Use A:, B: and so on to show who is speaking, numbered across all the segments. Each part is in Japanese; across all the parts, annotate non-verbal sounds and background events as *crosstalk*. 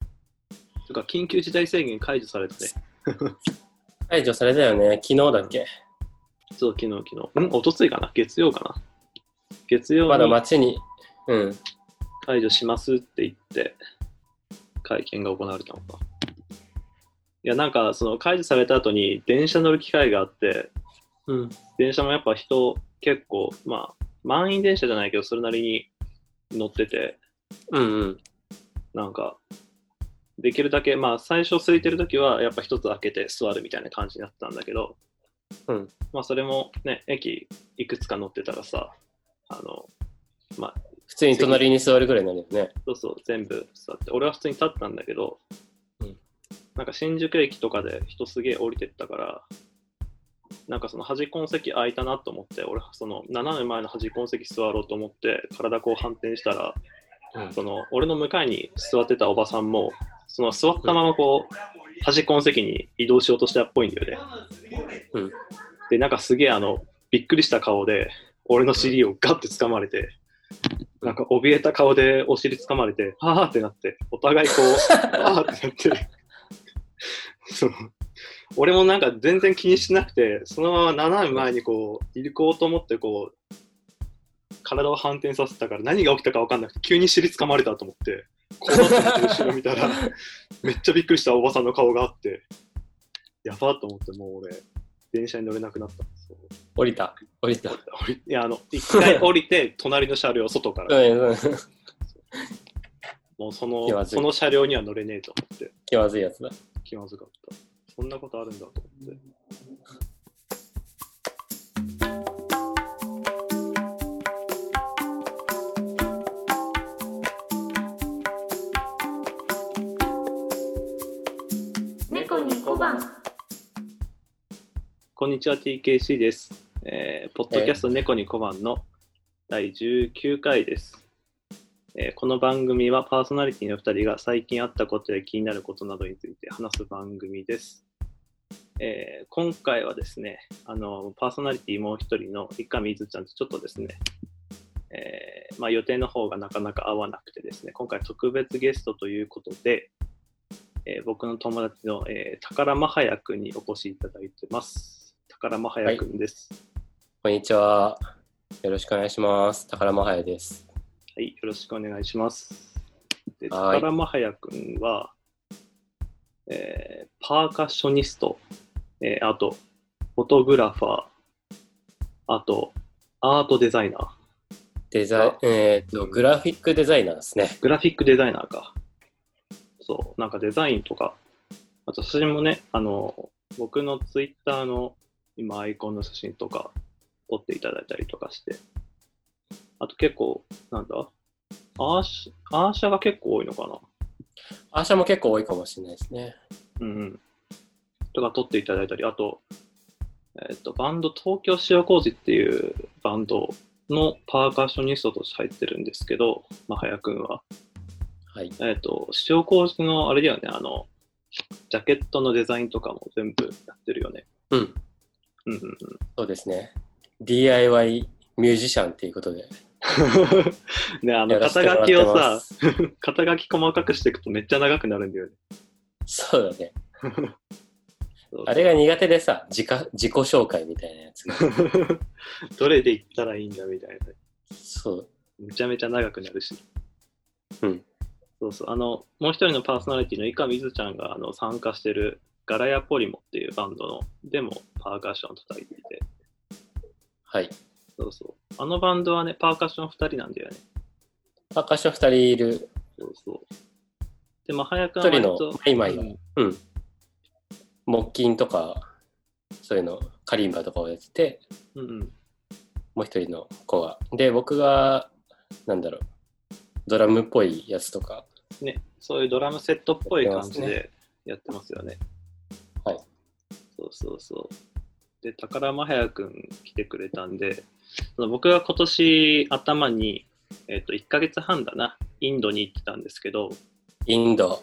A: なんか緊急事態宣言解除されて、
B: 解除されたよね。昨日だっけ。
A: そう、昨日、昨日。ん一昨日かな月曜かな月曜
B: まだ
A: に
B: 街に、うん。
A: 解除しますって言って、会見が行われたのか。いや、なんか、その解除された後に電車乗る機会があって、
B: うん。
A: 電車もやっぱ人結構、まあ、満員電車じゃないけど、それなりに乗ってて、
B: うんうん。
A: なんか、できるだけ、まあ、最初空いてる時は、やっぱ一つ開けて座るみたいな感じになってたんだけど、
B: うん
A: まあ、それもね、駅いくつか乗ってたらさ、あの、
B: 普通に隣に座るぐらいになるよね。
A: そうそう、全部座って、俺は普通に立ったんだけど、
B: うん
A: なんか新宿駅とかで人すげえ降りてったから、なんかその端っこの席空いたなと思って、俺、その斜め前の端っこの席座ろうと思って、体こう反転したら、
B: うん
A: その俺の向かいに座ってたおばさんも、その座ったままこう、端っこの席に移動しようとしたっぽいんだよね。
B: うん
A: で、なんかすげえあの、びっくりした顔で、俺の尻をガッて掴まれて、なんか怯えた顔でお尻掴まれて、はぁーってなって、お互いこう、はぁーってなって、 *laughs* そう俺もなんか全然気にしなくて、そのまま斜め前にこう、行こうと思ってこう、体を反転させたから何が起きたか分かんなくて、急に尻掴まれたと思って、こうなって後ろ見たら、めっちゃびっくりしたおばさんの顔があって、やばーと思って、もう俺、電車に乗れなくなったんですよ。
B: 降りた。降りた。
A: 降りいや、あ
B: *laughs*
A: の、一回降りて、隣の車両、外から、
B: うんうん。
A: もうそ
B: 気ま
A: の、
B: ずい
A: その車両には乗れねえと思って、
B: 気まずいやつだ。
A: 気まずかった。そんなことあるんだと思って。
C: 猫に小判
A: こんにちは、TKC です。えーポッドキャスト猫に小判の第19回です、えーこの番組はパーソナリティの2人が最近あったことや気になることなどについて話す番組です。えー今回はですね、あの、パーソナリティもう一人の一上伊豆ちゃんとちょっとですね、えーまあ予定の方がなかなか合わなくてですね、今回特別ゲストということで、えー僕の友達の、えー、宝間隼君にお越しいただいてます。宝間隼君です、
B: こんにちは。よろしくお願いします。宝間隼です。
A: はい。よろしくお願いします。で
B: はい
A: 宝間隼君は、えーパーカッショニスト、えーあと、フォトグラファー、あと、アートデザイナー、
B: デザイ
A: あ、
B: えーっと、グラフィックデザイナーですね。
A: グラフィックデザイナーか。そう、なんかデザインとか、あと写真もね、あの、僕のツイッターの今アイコンの写真とか撮っていただいたりとかして、あと結構、なんだ、アーシャ、アーシャが結構多いのかな
B: アーシャも結構多いかもしれないですね。
A: うんうん。とか撮っていただいたり、あと、えっ、と、バンド、東京塩麹っていうバンドのパーカッショニストとして入ってるんですけど、まはやくんは。
B: はい。
A: えっ、と、塩麹のあれだよね、あの、ジャケットのデザインとかも全部やってるよね。
B: うん。
A: うんうんうん。
B: そうですね。DIY ミュージシャンっていうことで。 *laughs*
A: ね、あ
B: や
A: の、
B: らせ
A: 肩
B: てもら
A: 書
B: っ
A: きを
B: てま
A: さ、
B: す。
A: 肩書き細かくしていくとめっちゃ長くなるんだよね。
B: そうだね。
A: そう
B: あれが苦手でさ、自家自己紹介みたいなやつが。
A: *laughs* どれで行ったらいいんだみたいな。
B: そう。
A: めちゃめちゃ長くなるし。
B: うん。
A: そうそう。あの、もう一人のパーソナリティの伊上ずちゃんがあの参加してるガラヤポリモっていうバンドのでもパーカッション叩いていて。
B: はい。
A: そうそう。あのバンドはね、パーカッション2人なんだよね。
B: パーカッション2人いる。
A: そうそう。でも早く
B: 1人のマイマイ
A: う
B: が
A: ん
B: 木琴とか、そういうの、カリンバとかをやってて、
A: うん
B: もう一人の子が。で、僕が、なんだろう、ドラムっぽいやつとか、
A: うん。ね、そういうドラムセットっぽい感じでやってますよね。
B: はい。
A: そうそうそう。で、宝間隼君来てくれたんで、その僕が今年頭に、えっと1ヶ月半だな、インドに行ってたんですけど、
B: インド、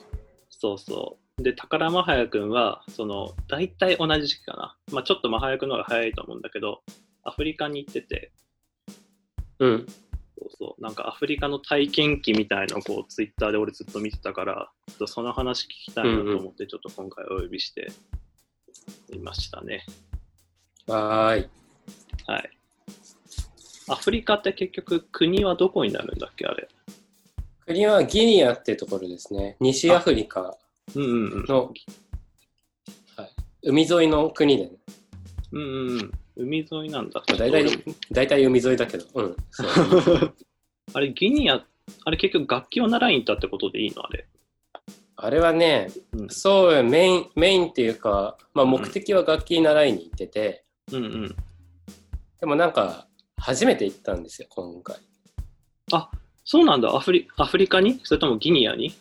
A: そうそう。で、宝間隼君は、その、大体同じ時期かな。まあちょっと真隼君の方が早いと思うんだけど、アフリカに行ってて、
B: うん、
A: そうそう。なんかアフリカの体験記みたいのをこうツイッターで俺ずっと見てたから、ちょっとその話聞きたいなと思って、ちょっと今回お呼びしていましたね。
B: はーい。
A: はい。アフリカって結局国はどこになるんだっけあれ。
B: 国はギニアってところですね。西アフリカ
A: うんうんうん。
B: の、はい、海沿いの国で、ね、
A: うんうんうん。海沿いなんだ。
B: 大体大体海沿いだけど、うん。そう
A: あれ、ギニア、あれ結局楽器を習いに行ったってことでいいのあれ。
B: あれはね、
A: うん
B: そう、メイン、メインっていうか、まあ目的は楽器習いに行ってて、
A: うんうん。
B: でもなんか、初めて行ったんですよ、今回。
A: そうなんだ。アフリアフリカにそれともギニアに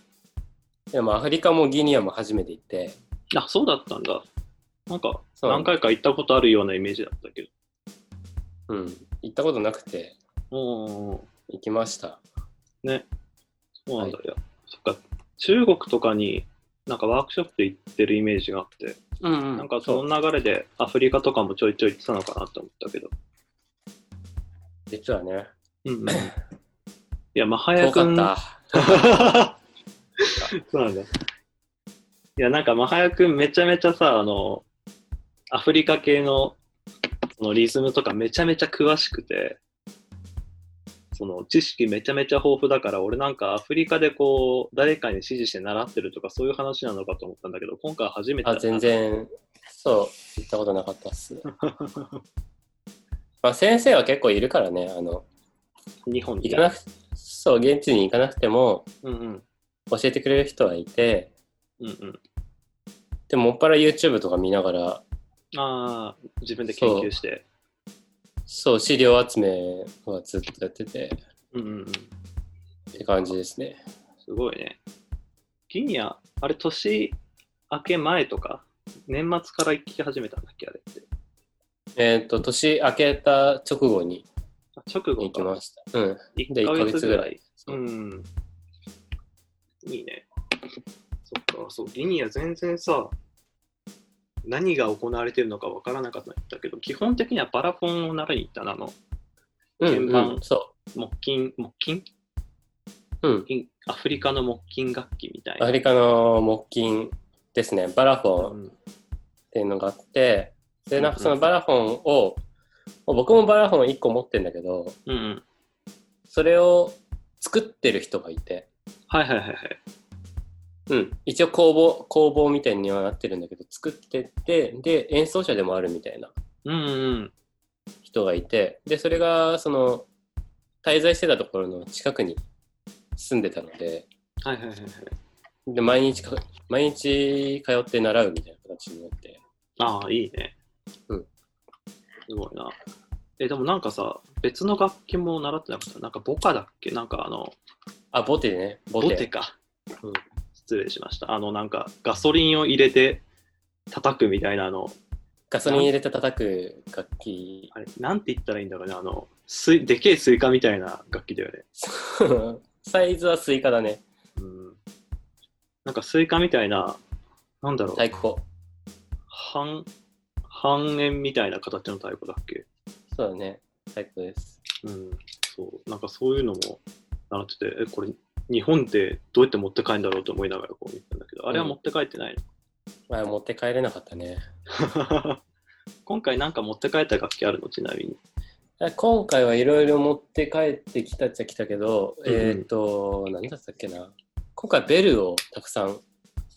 B: でもアフリカもギニアも初めて行って、
A: あ、そうだったんだ。なんか、
B: そう
A: 何回か行ったことあるようなイメージだったけど。
B: うん、行ったことなくて
A: おー
B: 行きました。
A: そうなんだ、いやそっか、中国とかになんかワークショップで行ってるイメージがあって、
B: うん、
A: なんかその流れでアフリカとかもちょいちょい行ってたのかなと思ったけど。
B: 実はね、
A: うんうん、いや、まはや
B: 遠
A: く
B: か
A: ん。
B: った。
A: *laughs* そうなんだ。いや、なんか、まはやくん、めちゃめちゃさ、あの、アフリカ系の、そのリズムとかめちゃめちゃ詳しくて、その、知識めちゃめちゃ豊富だから、俺なんかアフリカでこう、誰かに指示して習ってるとか、そういう話なのかと思ったんだけど、今回初めてだ
B: あ
A: な。
B: 全然そう行ったことなかった
A: *laughs*
B: っすねまあ先生は結構いるからねあの
A: 日本に。
B: 行かなくそう現地に行かなくても
A: うんうん。
B: 教えてくれる人はいて
A: うんうん。
B: でももっぱら YouTube とか見ながら
A: ああ、自分で研究して。
B: そう資料集めはずっとやってて
A: うんうんうん。
B: って感じですね
A: すごいね。ギニア、あれ、年明け前とか、年末から行き始めたんだっけ、あれって。
B: えっ、と年明けた直後に
A: あ直後
B: 行き
A: か
B: ま。したうんで
A: 1
B: 1
A: ヶ
B: ヶ
A: 月ぐ
B: 月ぐ
A: ら
B: ら
A: い
B: い。
A: うん。いいね。そっか、そう、ギニア全然さ、何が行われてるのかわからなかったけど、基本的にはバラフォンを習いに行ったな、あの、
B: うん、
A: 鍵
B: う
A: 盤
B: ん、そ
A: 木琴、木琴
B: ううん
A: インアフリカの木琴楽器みたい
B: ア
A: な。
B: フリカの木琴ですねバラフォン、
A: うん
B: っていうのがあってでなんかそ
A: うんうん
B: のバラフォンを、もう僕もバラフォン1個持ってんだけど
A: うんうん。
B: それを作ってる人がいて、
A: はいはいはいはい。
B: うん、一応工房工房みたいにはなってるんだけど作ってってで演奏者でもあるみたいな
A: うんうん。
B: 人がいてでそれがその滞在してたところの近くに住んでたので
A: はいはいはいはい。
B: で毎日か毎日通って習うみたいな形になって
A: ああ、いいね。
B: うん。
A: すごいな。え、でもなんかさ、別の楽器も習ってなかった。なんかボカだっけなんかあの、
B: あボテねボテ
A: ボテか。
B: うん
A: 失礼しました。あの、なんかガソリンを入れて叩くみたいな、あの、
B: ガソリン入れて叩く楽器 *laughs*
A: あれ、なんて言ったらいいんだろうね。あの、スイでけえスイカみたいな楽器だよね。
B: サイズはスイカだね
A: うん。なんかスイカみたいな、なんだろう、
B: 太鼓
A: 半、半円みたいな形の太鼓だっけ
B: そうだね太鼓です
A: うん、そう、なんかそういうのも習ってて、え、これ、日本ってどうやって持って帰るんだろうと思いながらこう見てたんだけど、あれは持って帰ってない
B: 前持って帰れなかったね
A: の。 *laughs* 今回なんか持って帰った楽器あるのちなみに。
B: あ今回はいろいろ持って帰ってきたっちゃきたけど、
A: うんうん
B: えっ、と何だったっけな今回ベルをたくさん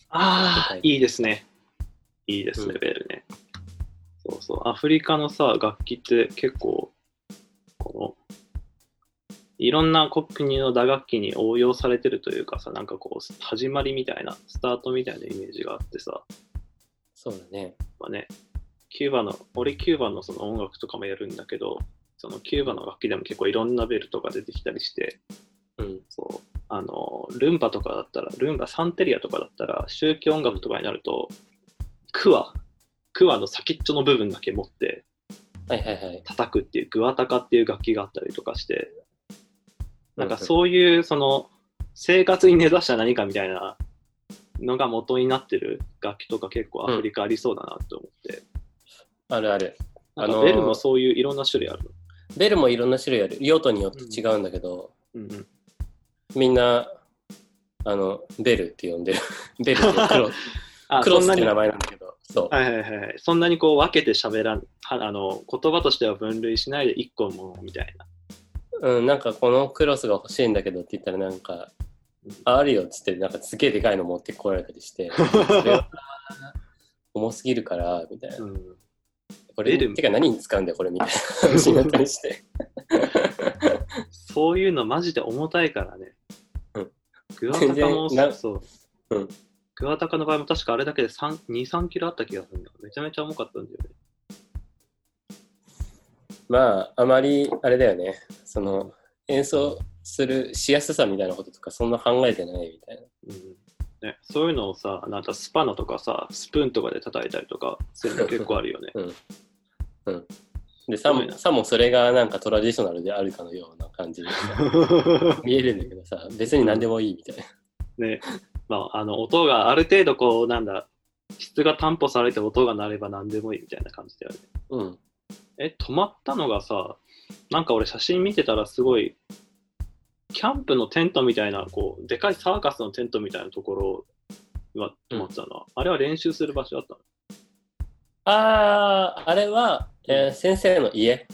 A: ああ
B: 持って帰る
A: いいですね。いいですね、
B: うん
A: ベルね。そうそう、アフリカのさ、楽器って結構、この、いろんな国の打楽器に応用されてるというかさ、なんかこう、始まりみたいな、スタートみたいなイメージがあってさ、
B: そうだね
A: まあね、キューバの、俺キューバのその音楽とかもやるんだけど、そのキューバの楽器でも結構いろんなベルとか出てきたりして、
B: うん
A: そう、あの、ルンバとかだったら、ルンバ、サンテリアとかだったら、宗教音楽とかになると、クワ、クワの先っちょの部分だけ持って
B: はいはいはい
A: 叩くっていう、グアタカっていう楽器があったりとかして、なんか
B: う
A: そういう、その、生活に根ざした何かみたいなのが元になってる楽器とか結構アフリカありそうだなって思って、
B: んあるある
A: なん
B: あ
A: か
B: のー
A: ベルもそういういろんな種類あるの
B: ベルもいろんな種類ある。用途によって違うんだけど、
A: うんうん、
B: みんな、あの、ベルって呼んでる。 *laughs* ベルっていうクロ
A: あ
B: ク
A: そん
B: ロスっ
A: な
B: てい
A: に
B: う名前なんだけど、そう。
A: はいはいはいはい。そんなにこう分けて喋らん、はあの、言葉としては分類しないで一個のものみたいな。
B: うん、なんかこのクロスが欲しいんだけどって言ったらなんか、あるよっつって、なんかすげえでかいの持ってこられたりして、 *laughs* それは重すぎるから、みたいな。
A: うん、
B: これ、
A: 出る
B: てか何に使うんだよ、これみたいな話になった
A: *laughs*
B: りして。
A: そういうのマジで重たいからね。
B: うん
A: グアタカも
B: 全然な
A: そう。
B: うん
A: グアタカの場合も確かあれだけで3 2、3キロあった気がするんだ。めちゃめちゃ重かったんだよね。
B: まあ、あまり、あれだよね、その、演奏するしやすさみたいなこととか、そんな考えてないみたいな。。
A: うんね、そういうのをさ、なんかスパナとかさ、スプーンとかで叩いたりとか、そういうの結構あるよね
B: *laughs* で、さ
A: すごい
B: も
A: な
B: さもそれがなんかトラディショナルであるかのような感じにさ見えるんだけどさ、別に何でもいいみたいな。
A: ね、まあ、あの音がある程度こうなんだ質が担保されて音が鳴れば何でもいいみたいな感じだよね
B: うん。
A: え止まったのがさなんか俺写真見てたらすごいキャンプのテントみたいなこうでかいサーカスのテントみたいなところは止まってたのは、あれは練習する場所だったの
B: あー、あれは、えー先生の家。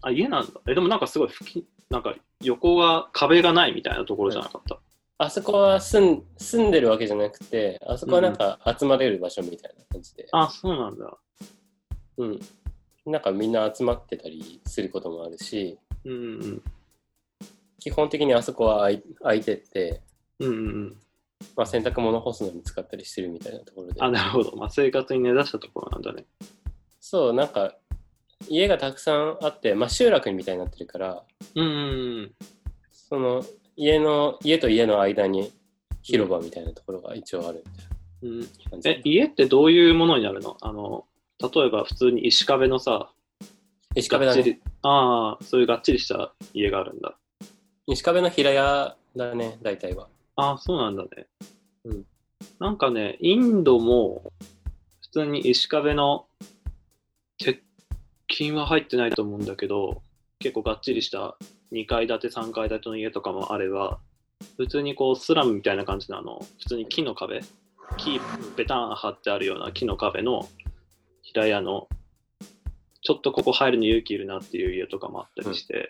A: あ家なんだえでもなんかすごい吹きなんか横が壁がないみたいなところじゃなかった、
B: あそこは住ん住んでるわけじゃなくて、あそこはなんか集まれる場所みたいな感じで、
A: あそうなんだ
B: うん。なんかみんな集まってたりすることもあるし、
A: うんうん
B: 基本的にあそこは空い空いてて、
A: うんうんうん
B: まあ、洗濯物干すのに使ったりしてるみたいなところで。
A: あなるほど、まあ、生活に根ざしたところなんだね
B: そう、なんか家がたくさんあって、まあ、集落みたいになってるから、
A: うんうんうん
B: その家の、家と家の間に広場みたいなところが一応あるみたい
A: うん、
B: な感じ。
A: え家ってどういうものになるのあの例えば普通に石壁のさ
B: 石壁だ
A: がっち
B: ね。
A: りああそういうがっちりした家があるんだ
B: 石壁の平屋だね、大体は。
A: ああそうなんだね、
B: うん、
A: なんかねインドも普通に石壁の鉄筋は入ってないと思うんだけど結構がっちりした2階建て3階建ての家とかもあれば普通にこうスラムみたいな感じのあの普通に木の壁木ベタン張ってあるような木の壁の平屋のちょっとここ入るの勇気いるなっていう家とかもあったりして、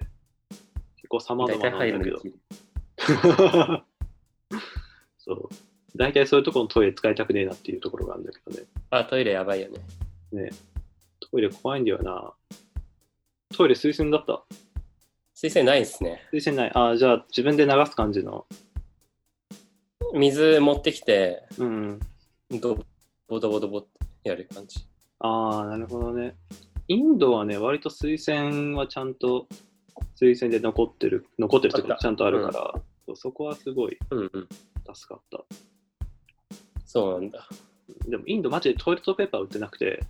A: 結構様々
B: 大体
A: な
B: 入
A: んだけ
B: る
A: ど
B: のに。
A: *laughs* そう。大体そういうところのトイレ使いたくねえなっていうところがあるんだけどね。
B: あ、トイレやばいよね。
A: トイレ怖いんだよな。トイレ推薦だった。
B: 水洗ないですね。
A: 推薦ない。ああ、じゃあ自分で流す感じの。
B: 水持ってきて、
A: うん。
B: ドボドボドボってやる感じ。
A: ああ、なるほどね。インドはね、割と推薦はちゃんと、推薦で残ってる、残ってると
B: あ
A: か
B: った
A: ちゃんとあるから、そうそこはすごい
B: うんうん。
A: 助かった。
B: そうなんだ。
A: でもインドマジでトイレットペーパー売ってなくて、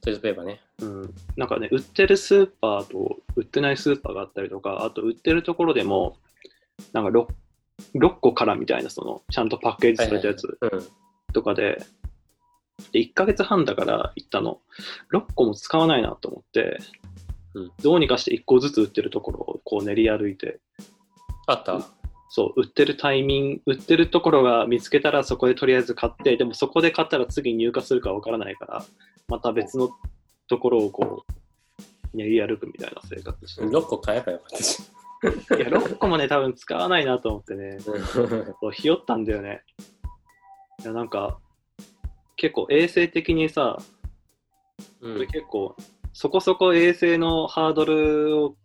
B: トイレットペーパーね。
A: うん、なんかね、売ってるスーパーと売ってないスーパーがあったりとか、あと売ってるところでも、なんか 6, 6個からみたいな、その、ちゃんとパッケージされたやつ
B: はいはいはい
A: とかで、で1ヶ月半だから行ったの、6個も使わないなと思って、
B: うん
A: どうにかして1個ずつ売ってるところをこう練り歩いて、
B: うん。あった、
A: うんそう、売ってるタイミング、売ってるところが見つけたらそこでとりあえず買って、でもそこで買ったら次入荷するかわからないから、また別のところをこう、練り歩くみたいな生活してる。
B: ?6 個買えばよかったし。
A: いや、6個もね、多分使わないなと思ってね、そうひよったんだよね。いや、なんか、結構衛生的にさ、
B: う
A: これ
B: ん、
A: 結構、そこそこ衛生のハードルを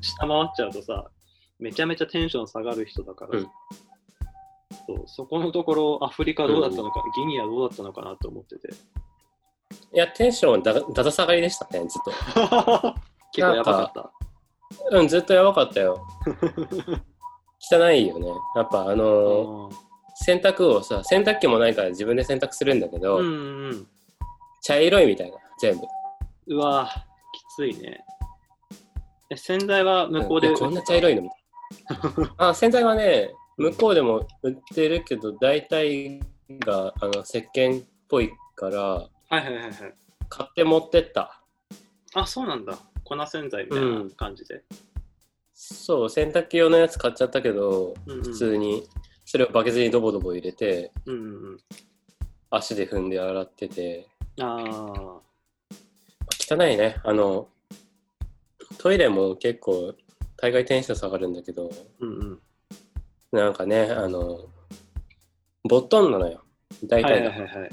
A: 下回っちゃうとさ、めちゃめちゃテンション下がる人だから、
B: うん
A: そうそこのところ、アフリカどうだったのか、ギニアどうだったのかなと思
B: *laughs*
A: ってて。
B: いや、テンションはだだだ下がりでしたね、ずっと。
A: 結構やばかった。
B: うん、ずっとやばかったよ。 *laughs* 汚いよね。やっぱあのー洗濯をさ、洗濯機もないから自分で洗濯するんだけど、
A: うんうんうん。
B: 茶色いみたいな、全部。
A: うわぁ、きついね。え洗剤は向こうで、
B: んいやこんな
A: *laughs*
B: 茶色いのみたいなあ洗剤はね向こうでも売ってるけど大体があの石鹸っぽいから
A: はいはいはいはい。
B: 買って持ってった
A: あ、そうなんだ。粉洗剤みたいな感じで。
B: そう、洗濯機用のやつ買っちゃったけど、
A: うんうん
B: 普通に、それをバケツにドボドボ入れて、
A: うんうんうん。
B: 足で踏んで洗ってて、
A: ああ。
B: 汚いね。あの、トイレも結構、大概テンション下がるんだけど、
A: うんうん。
B: なんかね、あの、ボットンなのよ。大体
A: は
B: が、
A: いはいはいはい。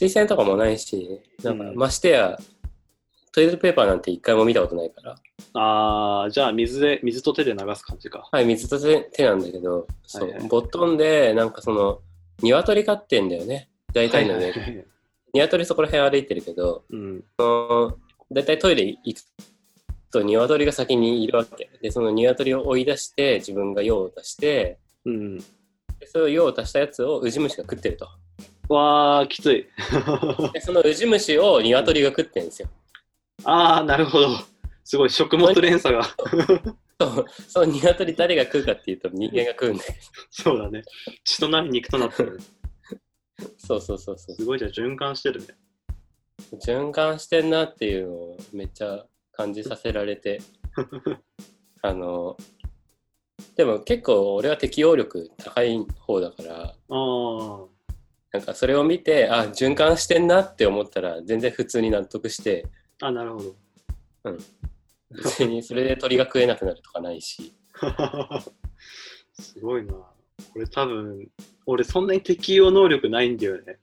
B: 水洗とかもないし、なんか、
A: うん
B: ましてや、トイレットペーパーなんて一回も見たことないから。
A: ああ、じゃあ水で、水と手で流す感じか。
B: はい、水と手手なんだけど、そう、
A: はいはい
B: ボットンで、なんかその、鶏飼ってんだよね。大体の
A: は
B: ね、
A: いはいはい
B: 鶏そこら辺歩いてるけど、
A: うん。
B: 大体トイレ行くと鶏が先にいるわけ。で、その鶏を追い出して、自分が用を足して、
A: うん。
B: でその用を足したやつをウジ虫が食ってると。
A: わあ、きつい。
B: で、そのウジ虫を鶏が食ってるんですよ。
A: ああ、なるほど。すごい、食物連鎖が。
B: そう、その鶏誰が食うかっていうと人間が食うんだよ。
A: そうだね。血となり肉となってる。
B: そうそうそうそう
A: す。ごい、じゃあ循環してるね。
B: 循環してんなっていうのをめっちゃ感じさせられて *laughs* あのでも結構俺は適応力高い方だから
A: ああ。
B: なんかそれを見てあ循環してんなって思ったら全然普通に納得して
A: あ、なるほど。 *laughs*
B: 別にそれで鳥が食えなくなるとかないし
A: すごいな。これ多分、俺そんなに適応能力ないんだよね。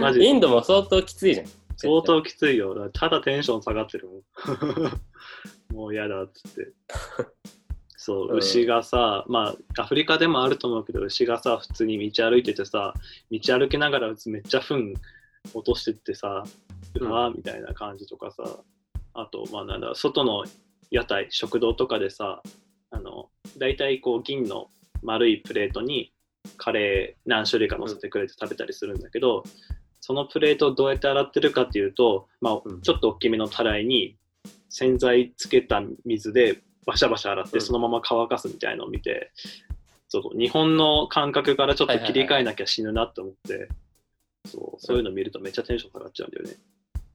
A: マジ
B: インドも相当きついじゃん
A: 相当きついよ。だからただテンション下がってるもん。 *laughs* もう嫌だっつって。そう、
B: うん
A: 牛がさ、まあ、アフリカでもあると思うけど、牛がさ、普通に道歩いててさ、道歩きながらめっちゃ糞落としてってさ、う
B: うん
A: わーみたいな感じとかさ、あと、まあ、なんだろう、外の屋台、食堂とかでさ、あの、大体こう、銀の丸いプレートに、カレー何種類か乗せてくれて食べたりするんだけど、そのプレートをどうやって洗ってるかっていうと、まあ
B: うん、
A: ちょっと大きめのたらいに洗剤つけた水でバシャバシャ洗っ
B: う
A: て
B: ん
A: そのまま乾かすみたいのを見て、そう日本の感覚からちょっと切り替えなきゃ死ぬなって思って、そうそういうの見るとめっちゃテンション下がっちゃうんだよね。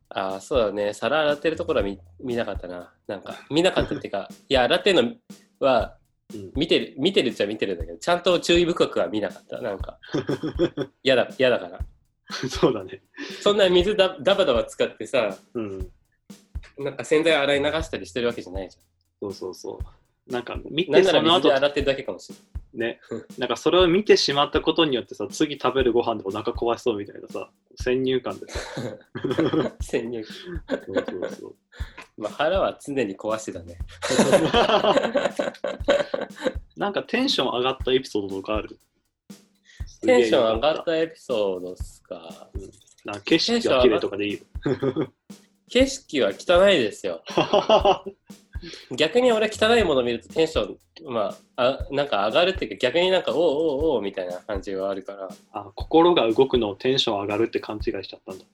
B: ああそうだね皿洗ってるところは見見なかったななんか見なかったっていうかいや洗ってるのは
A: うん
B: 見てる見てるっちゃ見てるんだけどちゃんと注意深くは見なかったなん *laughs* か嫌だ嫌だから
A: そうだね。
B: そんな水だダバダバ使ってさ
A: うん。
B: なんか洗剤洗い流したりしてるわけじゃないじ
A: そうそうそう。なんか見
B: ゃんなん
A: て
B: なら
A: その
B: 水で
A: 後
B: 洗ってるだけかもしれ
A: ね、なんかそれを見てしまったことによってさ、次食べるご飯でお腹壊しそうみたいなさ、先入観でさ。
B: ない潜入
A: そうそう
B: *laughs*
A: そう。
B: まあ腹は常に壊してたね
A: なんかテンション上がったエピソードとかある
B: テンション上が
A: す
B: ったエピソードっすか
A: げえなんか景色が綺麗とかでいいよ。
B: 景色は汚いですよ逆に俺汚いもの見るとテンションまああなんか上がるっていうか逆になんかおうおうおうみたいな感じはあるから
A: *laughs* あ心が動くのをテンション上がるって勘違いしちゃったんだ。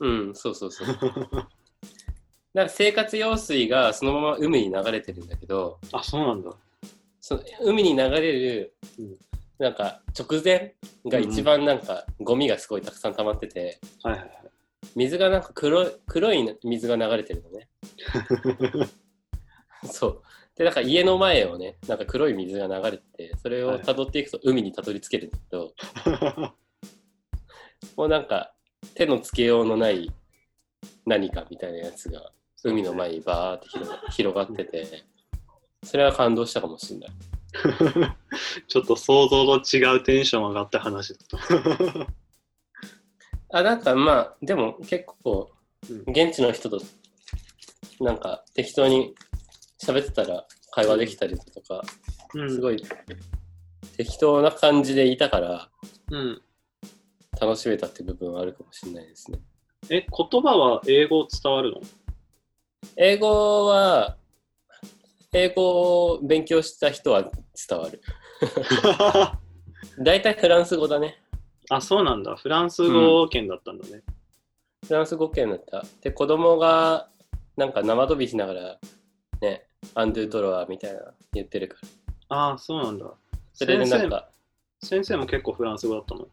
B: うんそうそうそうなんか生活用水がそのまま海に流れてるんだけど
A: あ、そうなんだ。
B: その海に流れる
A: うん
B: なんか直前が一番なんかゴミがすごいたくさん溜まってて
A: はいはいはい。
B: 水がなんか黒い黒い水が流れてるのねそうでなんか家の前をねなんか黒い水が流れててそれを辿っていくと海にたどり着けるんだけど、もうなんか手のつけようのない何かみたいなやつが海の前にバーって広が広がっててそれは感動したかもしれない
A: *laughs* ちょっと想像と違うテンション上がった話だった。
B: あなんかまあでも結構
A: うん
B: 現地の人となんか適当に喋ってたら会話できたりだとか
A: うん、
B: *laughs* す
A: い。
B: ごい適当な感じでいたから
A: うん、
B: 楽しめたって部分はあるかもしれないですね
A: え、言葉は英語伝わるの
B: 英語は英語を勉強した人は伝わる大体フランス語だね。
A: *laughs* あ、そうなんだ。フランス語圏だったんだね。
B: フランス語圏だった。で、子供がなんか生飛びしながら、ね、アンドゥトロワみたいな言ってるから。
A: ああ、そうなんだ。
B: それでなん
A: 先生
B: か、
A: 先生も結構フランス語だったの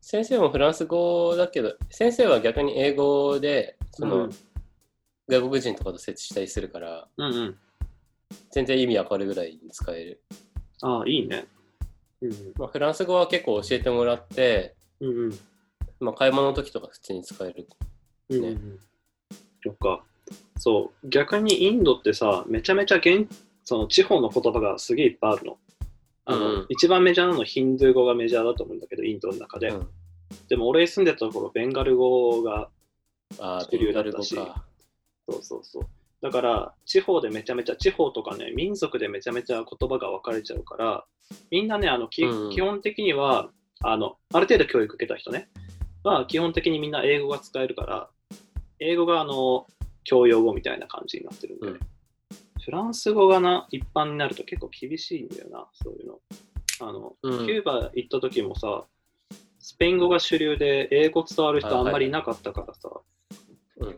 B: 先生もフランス語だけど、先生は逆に英語で、その、
A: うん
B: 外国人とかと接したりするから、
A: うんうん。
B: 全然意味わかるぐらいに使える。
A: ああ、いいね。うん
B: まあ、フランス語は結構教えてもらって、
A: うん。うん
B: まあ、買い物の時とか普通に使える。
A: うん。うんうん。そっか。そう。逆にインドってさ、めちゃめちゃ現その地方の言葉がすげえいっぱいあるの。あの、
B: うん
A: 一番メジャーなのヒンドゥー語がメジャーだと思うんだけど、インドの中で。
B: うん
A: でも俺住んでたところ、ベンガル語が、
B: ああ、
A: 主流だ
B: ガ
A: っ
B: ル
A: た
B: 語
A: し
B: か。
A: そうそうそう。だから、地方でめちゃめちゃ、地方とかね、民族でめちゃめちゃ言葉が分かれちゃうから、みんなね、あの、き
B: うん
A: 基本的には、あの、ある程度教育受けた人ね、は、基本的にみんな英語が使えるから、英語があの、教養語みたいな感じになってるんで、
B: うん
A: フランス語がな、一般になると結構厳しいんだよな、そういうの。あの、
B: うん
A: キューバ行った時もさ、スペイン語が主流で、英語伝わる人あんまりいなかったからさ、
B: うん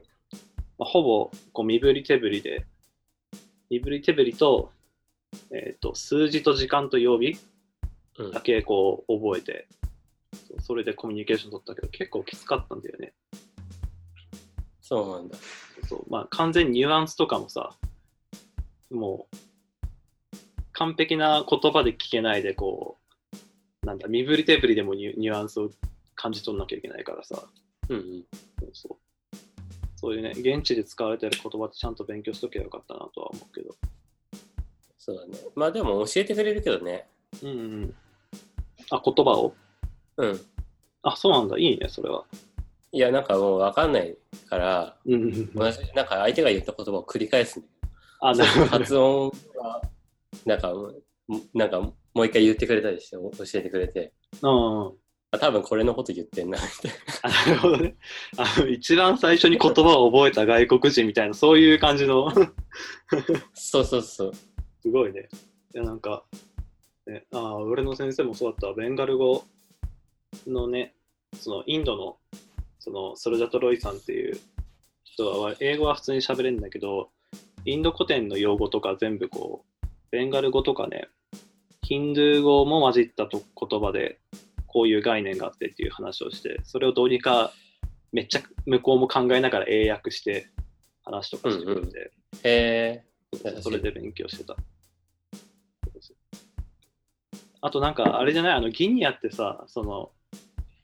A: まあ、ほぼこう身振り手振りで、身振り手振りと、えっ、と、数字と時間と曜日
B: うん
A: だけこう覚えて、そうそれでコミュニケーション取ったけど、結構きつかったんだよね。
B: そうなんだ。
A: そうまあ、完全にニュアンスとかもさ、もう、完璧な言葉で聞けないで、こう、なんだ、身振り手振りでもニュニュアンスを感じ取んなきゃいけないからさ、
B: うんうん。
A: そうそう。そういうね、現地で使われてる言葉ってちゃんと勉強しとけばよかったなとは思うけど。
B: そうだね。まあでも教えてくれるけどね。
A: うんうん。あ、言葉を
B: うん。
A: あ、そうなんだ。いいね、それは。
B: いや、なんかもうわかんないから、
A: うんうんうん。
B: 同じ、なんか相手が言った言葉を繰り返す、ね。
A: あ、なるほど。
B: 発音が、なんか、なんかもう一回言ってくれたりして、お教えてくれて、
A: うんうん。
B: あ、多分これのこと言ってんな、みたい
A: あなるほどね。あの、一番最初に言葉を覚えた外国人みたいな、そういう感じの。
B: な。そうそうそう。
A: すごいね。いや、なんか、ね、ああ、俺の先生もそうだった。ベンガル語のね、そのインドの、そのソルジャトロイさんっていう人は、英語は普通に喋れるんだけど、インド古典の用語とか全部こう、ベンガル語とかね、ヒンドゥー語も混じったと言葉で、こういう概念があってっていう話をして、それをどうにか、めっちゃ向こうも考えながら英訳して話とかしてくれて、
B: うんへえ
A: それで勉強してた。あとなんか、あれじゃないあの、ギニアってさ、その、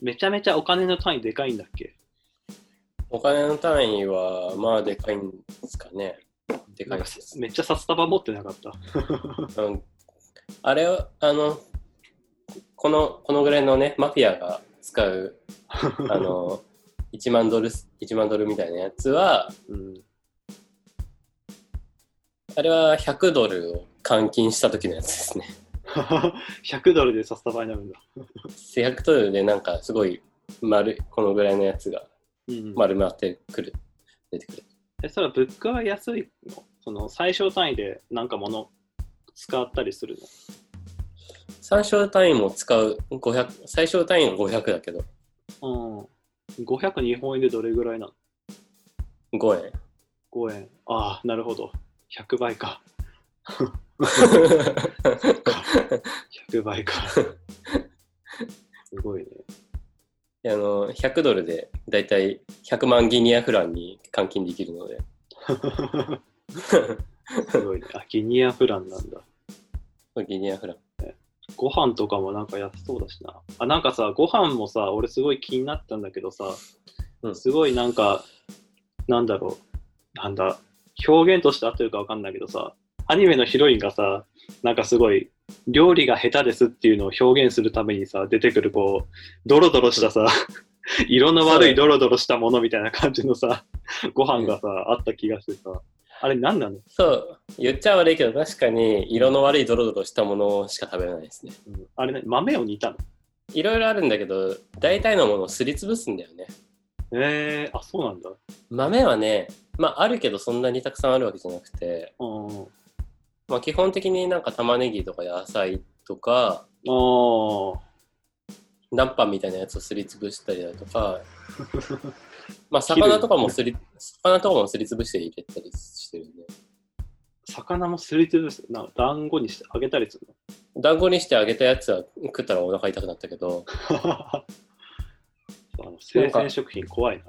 A: めちゃめちゃお金の単位でかいんだっけ
B: お金の単位は、まあ、でかいんですかね。でか
A: ないんか
B: です。
A: めっちゃ札束持ってなかった。
B: うん、あれは、あの、この、このぐらいのね、マフィアが使う、あの、1万ドル、1万ドルみたいなやつは、
A: うん、 *laughs*
B: あれは100ドルを換金した時のやつですね。 *laughs*
A: 100ドルで札束になるんだ。
B: 100ドルでなんかすごい丸、このぐらいのやつが
A: うん
B: 丸まってくる。出てくる。
A: えそれは物価は安いのその最小単位でなんか物使ったりするの
B: 最小単位も使う、500、最小単位が500だけど、
A: うん。500日本円でどれぐらいなの
B: 5円。 *laughs*
A: ?5 円。ああ、なるほど。100倍か。100倍か。すごいね。
B: あの100ドルでだいたい100万ギニアフランに換金できるので
A: すごいね。あ、ギニアフランなんだ。
B: ギニアフラン
A: ご飯とかもなんか安そうだしな。あ、なんかさ、ご飯もさ、俺すごい気になったんだけどさ、
B: うん
A: すごいなんか、なんだろう。なんだ、表現として合ってるかわかんないけどさ、アニメのヒロインがさ、なんかすごい、料理が下手ですっていうのを表現するためにさ、出てくるこう、ドロドロしたさ、 *laughs* 色の悪いドロドロしたものみたいな感じのさ、ご飯がさ、あった気がしてさ、あれ何なの
B: そう言っちゃ悪いけど確かに色の悪いドロドロしたものしか食べれないですね
A: うんあれ、ね、豆を煮たの
B: いろいろあるんだけど大体のものをすりつぶすんだよね
A: えー、あ、そうなんだ。
B: 豆はねまああるけどそんなにたくさんあるわけじゃなくて、
A: うん。
B: まあ、基本的になんか玉ねぎとか野菜とか
A: ああ、
B: ナンパみたいなやつをすりつぶしたりだと *laughs* かまあ魚とかもすり魚とかもすりつぶして入れたりしてるね
A: 魚もすりつぶす。なんか団子にしてあげたりする
B: 団子にして揚げたやつは食ったらお
A: *laughs*
B: 腹痛くなったけど、
A: の。あの生鮮食品怖いな。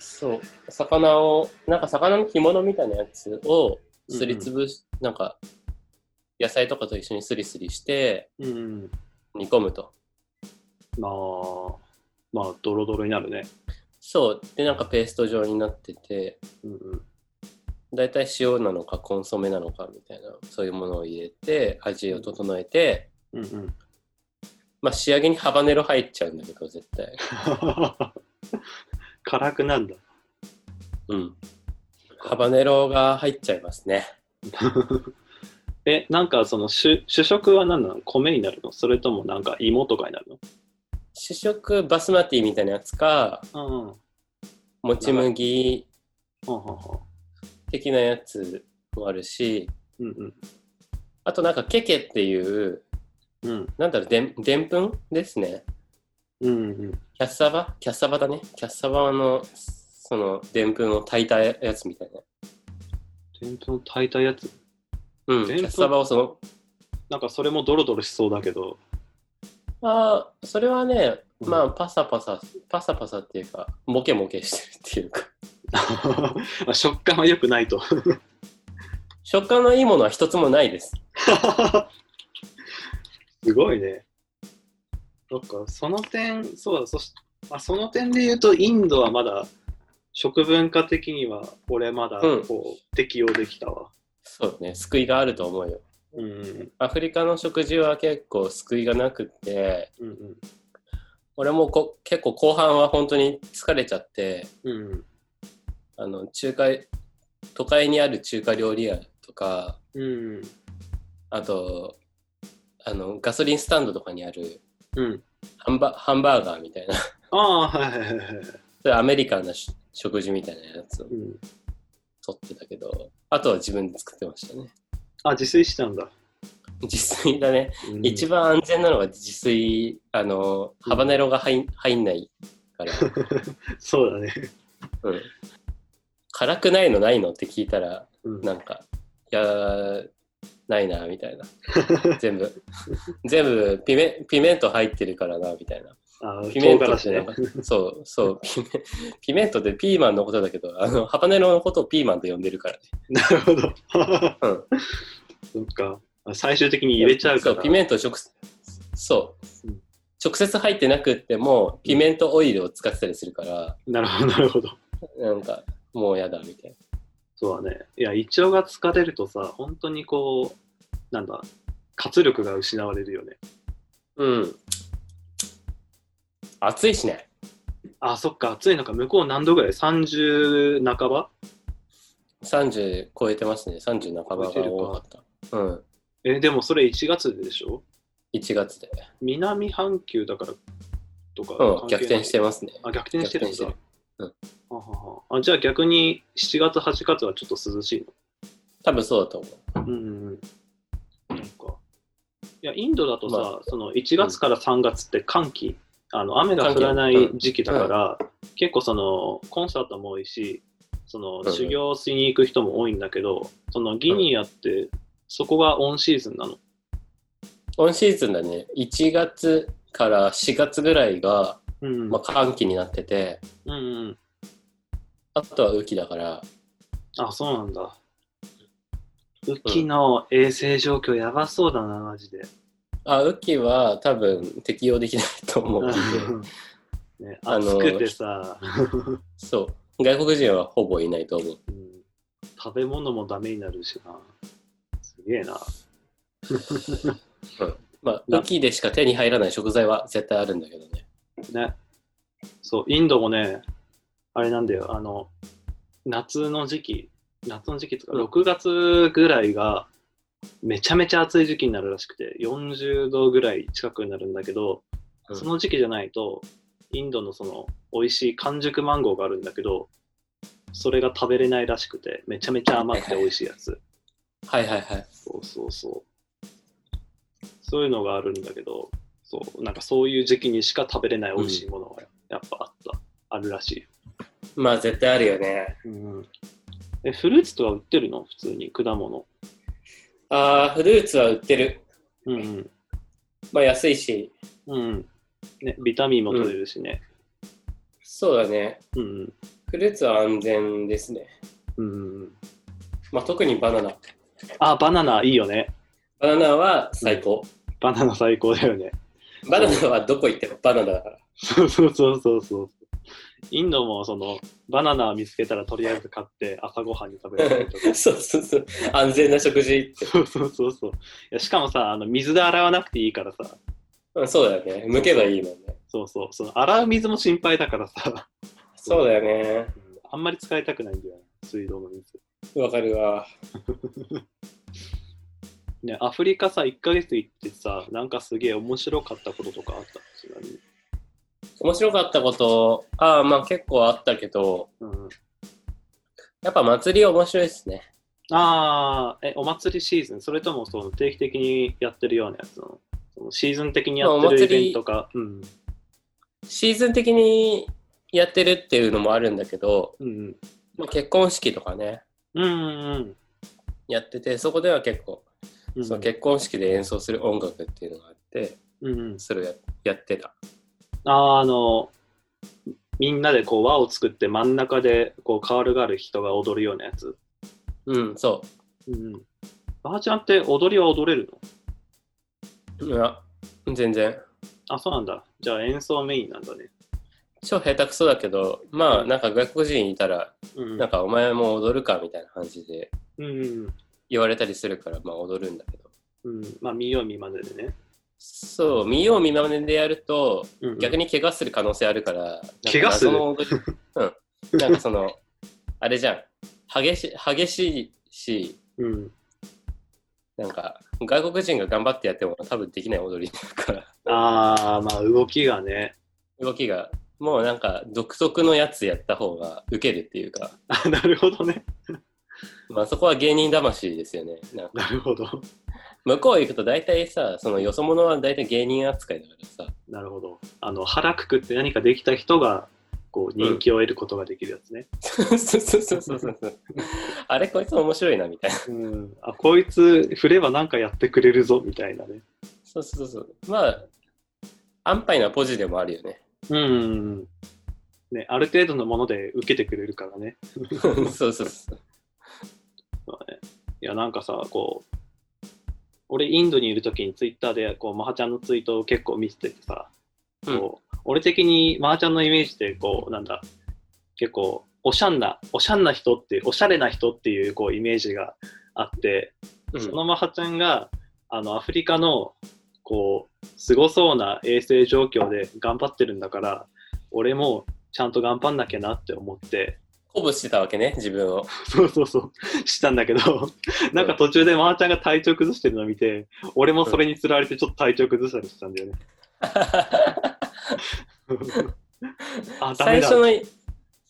B: そう、魚を、なんか魚の干物みたいなやつをすりつぶし、なんか、野菜とかと一緒にスリスリして
A: うん。
B: 煮込むと。
A: まあ、まあ、ドロドロになるね。
B: そう、で、なんかペースト状になってて、
A: うんうん。
B: だいたい塩なのかコンソメなのかみたいな、そういうものを入れて、味を整えて、
A: うんうん。 *laughs*
B: まあ仕上げにハバネロ入っちゃうんだけど、絶対。
A: 辛くなんだ。 *laughs*
B: うん。ハバネロが入っちゃいますね。
A: え、なんかその主主食は何なの米になるのそれともなんか芋とかになる
B: 主食バスマティみたいなやつか、
A: のうんうん。
B: もち麦
A: ははは
B: 的なやつもあるし、
A: うんうん。
B: あとなんかケケっていう、
A: うん
B: なんだろう、でんでんぷんですね。
A: うんうん。
B: キャッサバキャッサバだね。キャッサバの、その、でんぷんを炊いたやつみたいな。
A: でんぷん炊いたやつ。
B: うん、キ
A: でんぷん
B: ャッサバをその、
A: なんかそれもドロドロしそうだけど。
B: ああ、それはね、
A: うん
B: まあ、パサパサ、パサパサっていうか、モケモケしてるっていうか、
A: *laughs* まあ食感は良くないと。 *laughs*
B: 食感のいいものは一つもないです。
A: すごいね。そっか、その点、そうだ、そしあその点で言うと、インドはまだ、食文化的には、俺まだ、こ
B: うん
A: う、適用できたわ。
B: そうね、救いがあると思うよ。
A: うん、うん、
B: アフリカの食事は結構救いがなくって、
A: うん、
B: 俺もこ結構後半は本当に疲れちゃって、
A: うん、
B: あの、中華、都会にある中華料理屋とか、
A: うん、
B: あと、あの、ガソリンスタンドとかにある
A: うん。
B: ハンバハンバーガーみたいな、 *laughs* そ
A: ああ、はいはいはいはい。
B: ういうアメリカンなし食事みたいなやつを
A: うん、
B: 取ってたけど、あとは自分で作ってましたね。
A: あ、自炊したんだ。
B: 自炊だね。
A: うん
B: 一番安全なのは自炊、あの、ハバネロが入ん入んない
A: *laughs*
B: から。
A: そうだね。
B: うん辛くないのないのって聞いたら、
A: うん
B: なんか、いやー、ないな、み
A: *laughs*
B: たいな。全部、全部ピメ、ピメント入ってるからな、みたいな。
A: あ
B: ピメ
A: 唐
B: ント
A: 辛
B: っ
A: 子
B: てなん
A: ね
B: か。、そう、そう、ピメ、ピメントってピーマンのことだけど、あの、ハバネロのことをピーマンと呼んでるからね。
A: なるほど。
B: うん。
A: そっか。あ最終的に入れちゃうから。
B: そう、ピメント直接、そう
A: うん。
B: 直接入ってなくっても、ピメントオイルを使ってたりするから、
A: なるほど、なるほど。
B: なんか、もうやだ、みたいな。
A: そうだね。いや、胃腸が疲れるとさ、本当にこう、なんだ、活力が失われるよね。
B: うん。暑いしね。
A: あ、そっか、暑いのか、向こう何度ぐらい ?30 半ば
B: 30超えてますね。30半ばが多かった。うん。
A: え、でもそれ1月でしょ
B: 1月で。
A: 南半球だからとか、
B: う
A: 関
B: ん。
A: 係ない
B: 逆転してますね。
A: あ、逆転してるんだ。
B: 逆転して
A: はははあじゃあ逆に7月、8月はちょっと涼しい
B: 多分そうだと思う。
A: の。うんうんうん。なんか。いや、インドだとさ、
B: ま
A: その1月から3月って寒気、あの雨が降らな
B: 寒
A: い
B: 気うん
A: 時期だから、結構そのコンサートも多いし、その
B: んうん
A: 修行しに行く人も多いんだけど、そのギニアってそこがオンシーズンなの。
B: オンシーズンだね。1月から4月ぐらいが、
A: うん
B: まあ、寒気になってて、
A: うんうん。
B: あとは雨季だから、
A: あ、そうなんだ。雨季の衛生状況やばそうだな、マジで。
B: あ、雨季は多分適用できないと
A: *laughs*
B: 思うんで、 *laughs*
A: ね、
B: あの
A: 暑くてさ、
B: そう。外国人はほぼいないと思う。
A: うん食べ物もダメになるしな。すげえな。
B: まあ、雨季でしか手に入らない食材は絶対あるんだけどね。
A: ね。そう、インドもね、あれなんだよ、あの、夏の時期、夏の時期とか、
B: うん
A: 6月ぐらいが、めちゃめちゃ暑い時期になるらしくて、40度ぐらい近くになるんだけど、
B: うん
A: その時期じゃないと、インドのその、美味しい完熟マンゴーがあるんだけど、それが食べれないらしくて、めちゃめちゃ甘くて美味しいやつ。
B: はいはいはい。
A: そうそうそう。そういうのがあるんだけど、そう、なんかそういう時期にしか食べれない美味しいものがやっぱあった、あるらしいよ。
B: まあ絶対あるよね。
A: え、フルーツとか売ってるの普通に果物。
B: ああ、フルーツは売ってる。
A: うん、
B: まあ安いし。
A: うん。うん。ね、ビタミンも取れるしね。
B: そうだね。
A: うん
B: フルーツは安全ですね。
A: うん。うん。
B: まあ、特にバナナ。
A: あ、バナナいいよね。
B: バナナは最高。
A: バナナ最高だよね。
B: バナナはどこ行ってもバナナだから。。
A: そうそうそうそうそう。インドもそのバナナ見つけたらとりあえず買って朝ごはんに食べたりとか
B: そうそうそう。安全な食事って。
A: そうそうそうそういや。しかもさ、あの水で洗わなくていいからさ、
B: うんそうだよね。剥けばいいもんね。
A: そうそう、その洗う水も心配だからさ、
B: そうだよ
A: うんあんまり使いたくないんだよね、水道の水。
B: ね。わかるわ。
A: ね、アフリカさ、1ヶ月行ってさ、なんかすげえ面白かったこととかあったちなみに
B: 面白かったこと、ああ、まあ結構あったけど、
A: うん、
B: やっぱ祭り面白いですね。
A: あーえ、お祭りシーズン、それともその定期的にやってるようなやつなのそのシーズン的にやって
B: まあお
A: るイ
B: 祭り
A: ベントか。うん。
B: シーズン的にやってるっていうのもあるんだけど、
A: うん。
B: まあ、結婚式とかね、
A: うん。うん
B: やってて、そこでは結構、
A: うん。
B: その結婚式で演奏する音楽っていうのがあって、
A: うんうん。
B: それをややってた。
A: あーあの、みんなでこう輪を作って真ん中でこうカールがある人が踊るようなやつ。
B: うん、そ
A: うん。ばあちゃんって踊りは踊れるの
B: う。いや、全然。
A: あ、そうなんだ。じゃあ演奏メインなんだね。
B: 超下手くそだけど、まあなんか外国人いたら、
A: うん。
B: なんかお前も踊るかみたいな感じで
A: うん。
B: 言われたりするから、まあ踊るんだけど。
A: うん。まあ見よう見まねでね。
B: そう、見よう見まねでやると、
A: うん
B: 逆に怪我する可能性あるから、
A: 怪我する
B: な
A: *laughs*
B: んか謎の踊りうん。なんかその、あれじゃん。激し激しいし、
A: うん。
B: なんか、外国人が頑張ってやっても多分できない踊りだから、
A: ああ、まあ動きがね。
B: 動きが、もうなんか、独特のやつやった方がウケるっていうか、
A: あなるほどね。
B: まあそこは芸人魂ですよね。なんか
A: なるほど。
B: 向こう行くと大体さ、そのよそ者は大体芸人扱いだからさ、
A: なるほど。あの、腹くくって何かできた人が、こう、人気を得ることができるやつね。
B: そうそうそうそ
A: *laughs*
B: うそう。あれ、こいつ面白いな、みたいな。
A: うん。あ、こいつ振れば何かやってくれるぞ、みたいなね。
B: そうそうそうそう。まあ、安牌なポジでもあるよね。
A: うん。ね、ある程度のもので受けてくれるからね。
B: そう *laughs* そうそう。
A: そうねいや、なんかさ、こう、俺、インドにいるときにツイッターで、こう、マハちゃんのツイートを結構見せててさ、
B: うん
A: こう俺的にマハちゃんのイメージって、こう、なんだ、結構、おしゃんな、おしゃんな人っていう、おしゃれな人っていう、こう、イメージがあって、
B: うん
A: そのマハちゃんがあのアフリカのこうすごそうな衛生状況で頑張ってるんだから俺もちゃんと頑張んなきゃなって思って
B: 鼓舞してたわけね、自分 *laughs* を。
A: そうそうそうしたんだけどなんか途中でマハちゃんが体調崩してるのを見て俺もそれにつられてちょっと体調崩したりしたん
B: *laughs*
A: だよね。あダメ
B: 最
A: だ
B: 初、の、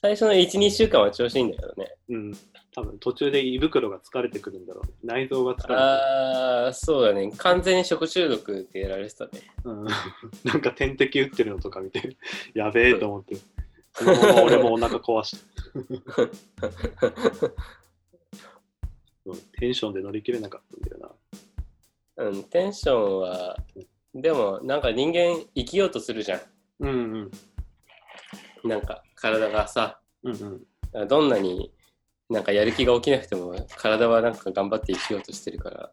B: 最初の1、2週間は調子いいんだけどね。
A: うん、多分途中で胃袋が疲れてくるんだろうね内臓が疲れてくる
B: ああ、そうだね。完全に食中毒ってやられてたね。 *laughs*
A: うん *laughs* なんか点滴打ってるのとか見て、やべえと思って、そのまま俺もお腹壊した。そうテンションで乗り切れなかったんだよな。
B: うん、テンションは、でも、なんか人間生きようとするじゃ
A: うんうん。
B: ん。なんか体がさ、
A: うんうん、
B: どんなになんかやる気が起きなくても体はなんか頑張って生きようとしてるから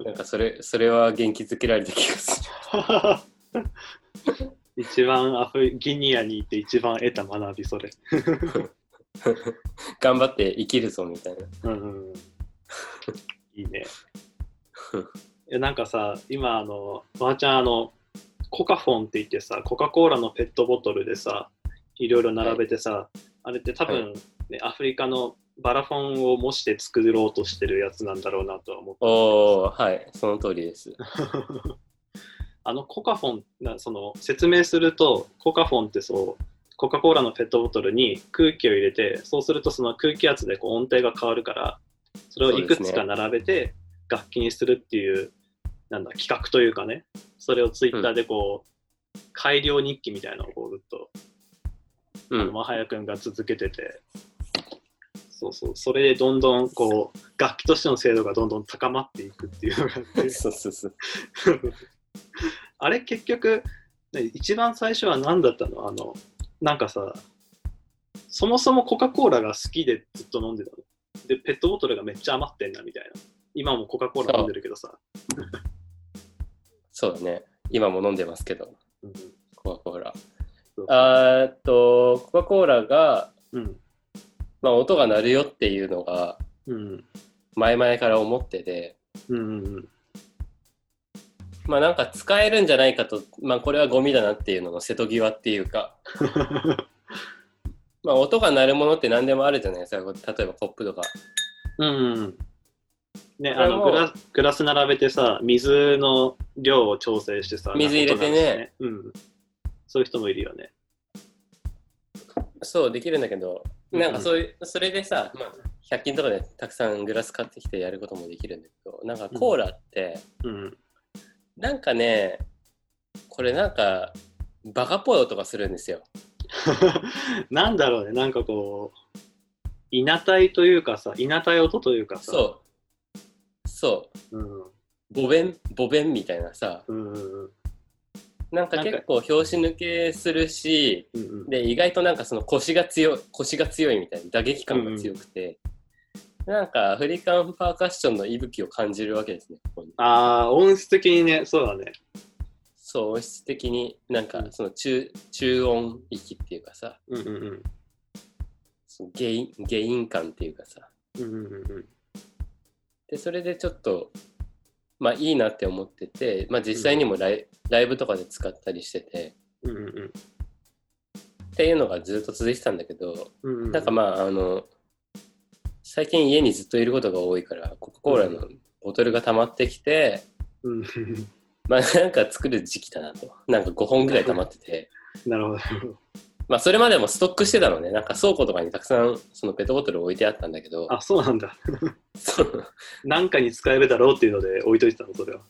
B: *laughs* なんかそれそれは元気づけられた気がする
A: *laughs* 一番アフリギニアに行って一番得た学び、それ。
B: 頑張って生きるぞみたいな
A: うんうんうん、いいね。いやなんかさ、今、あの、ばあちゃん、あの、コカフォンって言ってさ、コカ・コーラのペットボトルでさ、いろいろ並べてさ、あれって多分、ね、アフリカのバラフォンを模して作ろうとしてるやつなんだろうなとは思って。
B: おーはいその通りです
A: あのコカフォンなその説明するとコカフォンってそうコカ・コーラのペットボトルに空気を入れてそうするとその空気圧でこう音程が変わるからそれをいくつか並べて楽器にするっていうなんだ企画というかねそれをツイッターでこう、改良日記みたいなのをこうずっと
B: う
A: あの
B: ん
A: マハヤ君が続けてて、そうそうそれでどんどんこう楽器としての精度がどんどん高まっていくっていうのがあって。
B: そうそうそう
A: *laughs* あれ結局、ね一番最初は何だったのあの、なんかさ、そもそもコカ・コーラが好きでずっと飲んでたの。で、ペットボトルがめっちゃ余ってんなみたいな。今もコカ・コーラ飲んでるけどさ。
B: そうだね。今も飲んでますけど、
A: うん
B: コカ・コーラ
A: そう。
B: あーっと、コカ・コーラが、
A: うん。
B: まあ、音が鳴るよっていうのが、
A: うん。
B: 前々から思ってて、
A: うん。うん。
B: まあ、なんか使えるんじゃないかと、まあ、これはゴミだなっていうのの瀬戸際っていうか、まあ、音が鳴るものって何でもあるじゃないですか。例えばコップとか。
A: うんうん。ね、
B: これ
A: あの
B: も
A: グラス、グラス並べてさ、水の量を調整してさ、
B: 水入れてね
A: なんか音鳴らしてねうん。そういう人もいるよね。
B: そう、できるんだけど、なんかそういう、それでさ、まあ、100均とかでたくさんグラス買ってきてやることもできるんだけど、なんかコーラって、
A: うん。
B: なんかね、これなんか、バカっぽい音がするんですよ。
A: *laughs* なんだろうね、なんかこう、稲体というかさ、稲体音というかさ、
B: そう。そう。
A: うん。
B: ボベン、ボベンみたいなさ、
A: うん。うん。
B: なんか結構拍子抜けするし、
A: うんうん。
B: で、意外となんかその腰が強い、腰が強いみたいな、打撃感が強くて、なんかアフリカンパーカッションの息吹を感じるわけですね、ここに。
A: ああ、音質的にね、そうだね。
B: そう、音質的になんか
A: うん
B: その中,、中音域っていうかさ、
A: うんうんうん。
B: そのゲイン、ゲイン感っていうかさ、
A: うんうんうん
B: で、それでちょっと、まあいいなって思ってて、まあ実際にもライ,、ライブとかで使ったりしてて、
A: うんうんうん
B: っていうのがずっと続いてたんだけど、
A: うんうん。
B: なんかまああの最近家にずっといることが多いからコカ・コーラのボトルが溜まってきて、
A: うんうん
B: まあなんか作る時期だなとなんか5本ぐらい溜まってて
A: なるほどなるほど。
B: まあそれまでもストックしてたのねなんか倉庫とかにたくさんそのペットボトル置いてあったんだけど
A: あ、そうなんだ。
B: そう
A: なんかに使えるだろうっていうので置いといてたの、それは。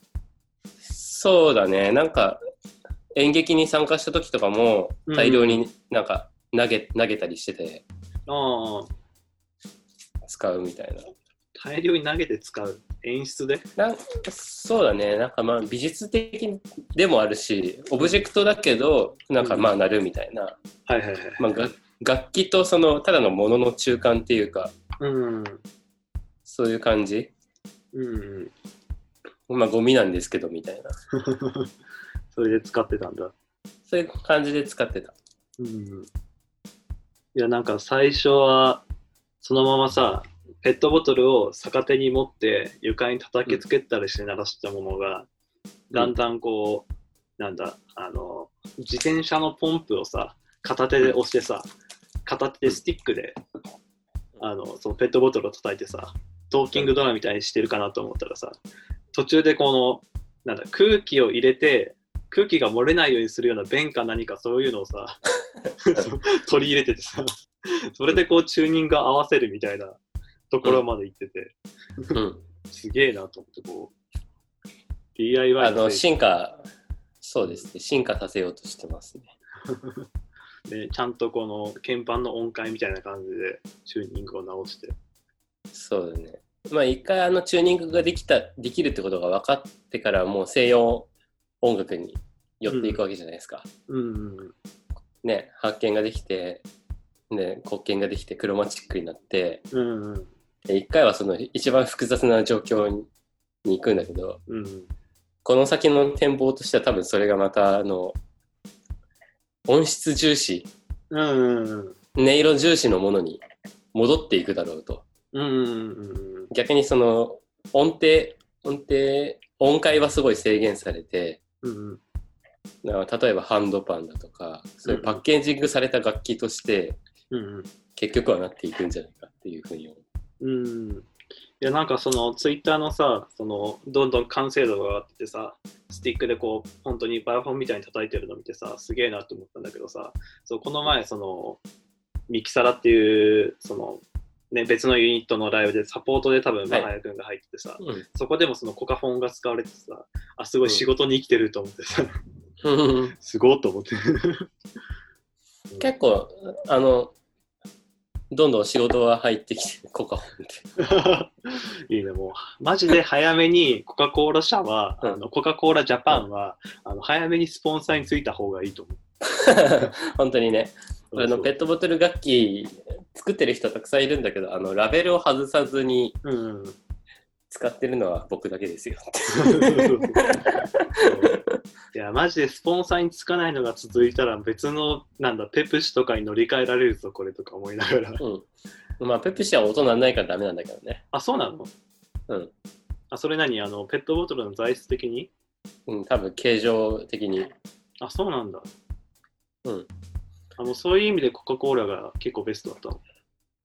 B: そうだねなんか演劇に参加した時とかも
A: うん
B: 大量になんか投げ,、投げたりしてて
A: ああ、
B: 使うみたいな
A: 大量に投げて使う。演出で。
B: なんそうだね、なんかまあ美術的でもあるし、オブジェクトだけど、なんかまあなるみたいな、
A: はいはいはい。
B: まあ、が楽器とそのただのものの中間っていうか、
A: うん。うん
B: そういう感じ、
A: うん。 *laughs*
B: まあゴミなんですけどみたいな、
A: それで使ってたんだ。
B: そういう感じで使ってた。
A: うん。いや、なんか最初は、そのままさ、ペットボトルを逆手に持って床に叩きつけたりして鳴らしてたものが、だんだんこう、なんだ、あの、自転車のポンプをさ、片手で押してさ、片手でスティックで、あの、そのペットボトルを叩いてさ、トーキングドラみたいにしてるかなと思ったらさ、途中でこの、なんだ、空気を入れて、空気が漏れないようにするような弁か何かそういうのをさ、取り入れててさ、それでこうチューニングを合わせるみたいなところまで行ってて、
B: うん、
A: すげえなと思って、こう、DIY
B: あ
A: の
B: の
A: 精
B: 進化、そうですね、進化させようとしてますね。
A: 神ね、ちゃんとこの鍵盤の音階みたいな感じでチューニングを直して。
B: そうだね。まあ一回あのチューニングができた、できるってことが分かってから、もう西洋音楽に寄っていくわけじゃないですか。
A: うん、
B: ね、発見ができて、ね、黒鍵ができてクロマチックになって
A: うん、うん、
B: で一回はその一番複雑な状況に行くんだけど
A: うん。
B: この先の展望としては多分それがまたあの音質重視
A: うんうん
B: 音色重視のものに戻っていくだろうと
A: うんうん
B: 逆にその音程音程音階はすごい制限されて
A: うん
B: だから例えばハンドパンだとかそういうパッケージングされた楽器として
A: うん
B: 結局はなっていくんじゃないかっていうふうに思う。
A: うんいやなんかそのツイッターのさそのどんどん完成度が上がっててさスティックでこう本当にバイオフォンみたいに叩いてるの見てさすげえなと思ったんだけどさそうこの前そのミキサラっていうその、ね、別のユニットのライブでサポートで多分マハヤ君が入っててさ、
B: うん
A: そこでもそのコカフォンが使われててさあすごい仕事に生きてると思ってさ、すごいと思って。
B: *laughs*
A: *laughs*
B: 結構あのどんどん仕事は入ってきてコカホンって
A: いいね、もう、マジで早めにコカ・コーラ社は、
B: うん
A: あのコカ・コーラジャパンは、あの早めにスポンサーについた方がいいと思
B: *laughs* 本当にねあのペットボトル楽器作ってる人たくさんいるんだけどあのラベルを外さずに
A: うん。そう
B: 使ってるのは僕だけですよ
A: そうそういや、マジでスポンサーにつかないのが続いたら、別の、なんだ、ペプシとかに乗り換えられるぞ、これとか思いながら。
B: うん *laughs* まあペプシは音なんないからダメなんだけどね
A: あ、そうなの
B: うん。
A: あ、それ何あの、ペットボトルの材質的に
B: うん多分形状的に
A: あ、そうなんだ。
B: うん。
A: あもうそういう意味でコカ・コーラが結構ベストだったの。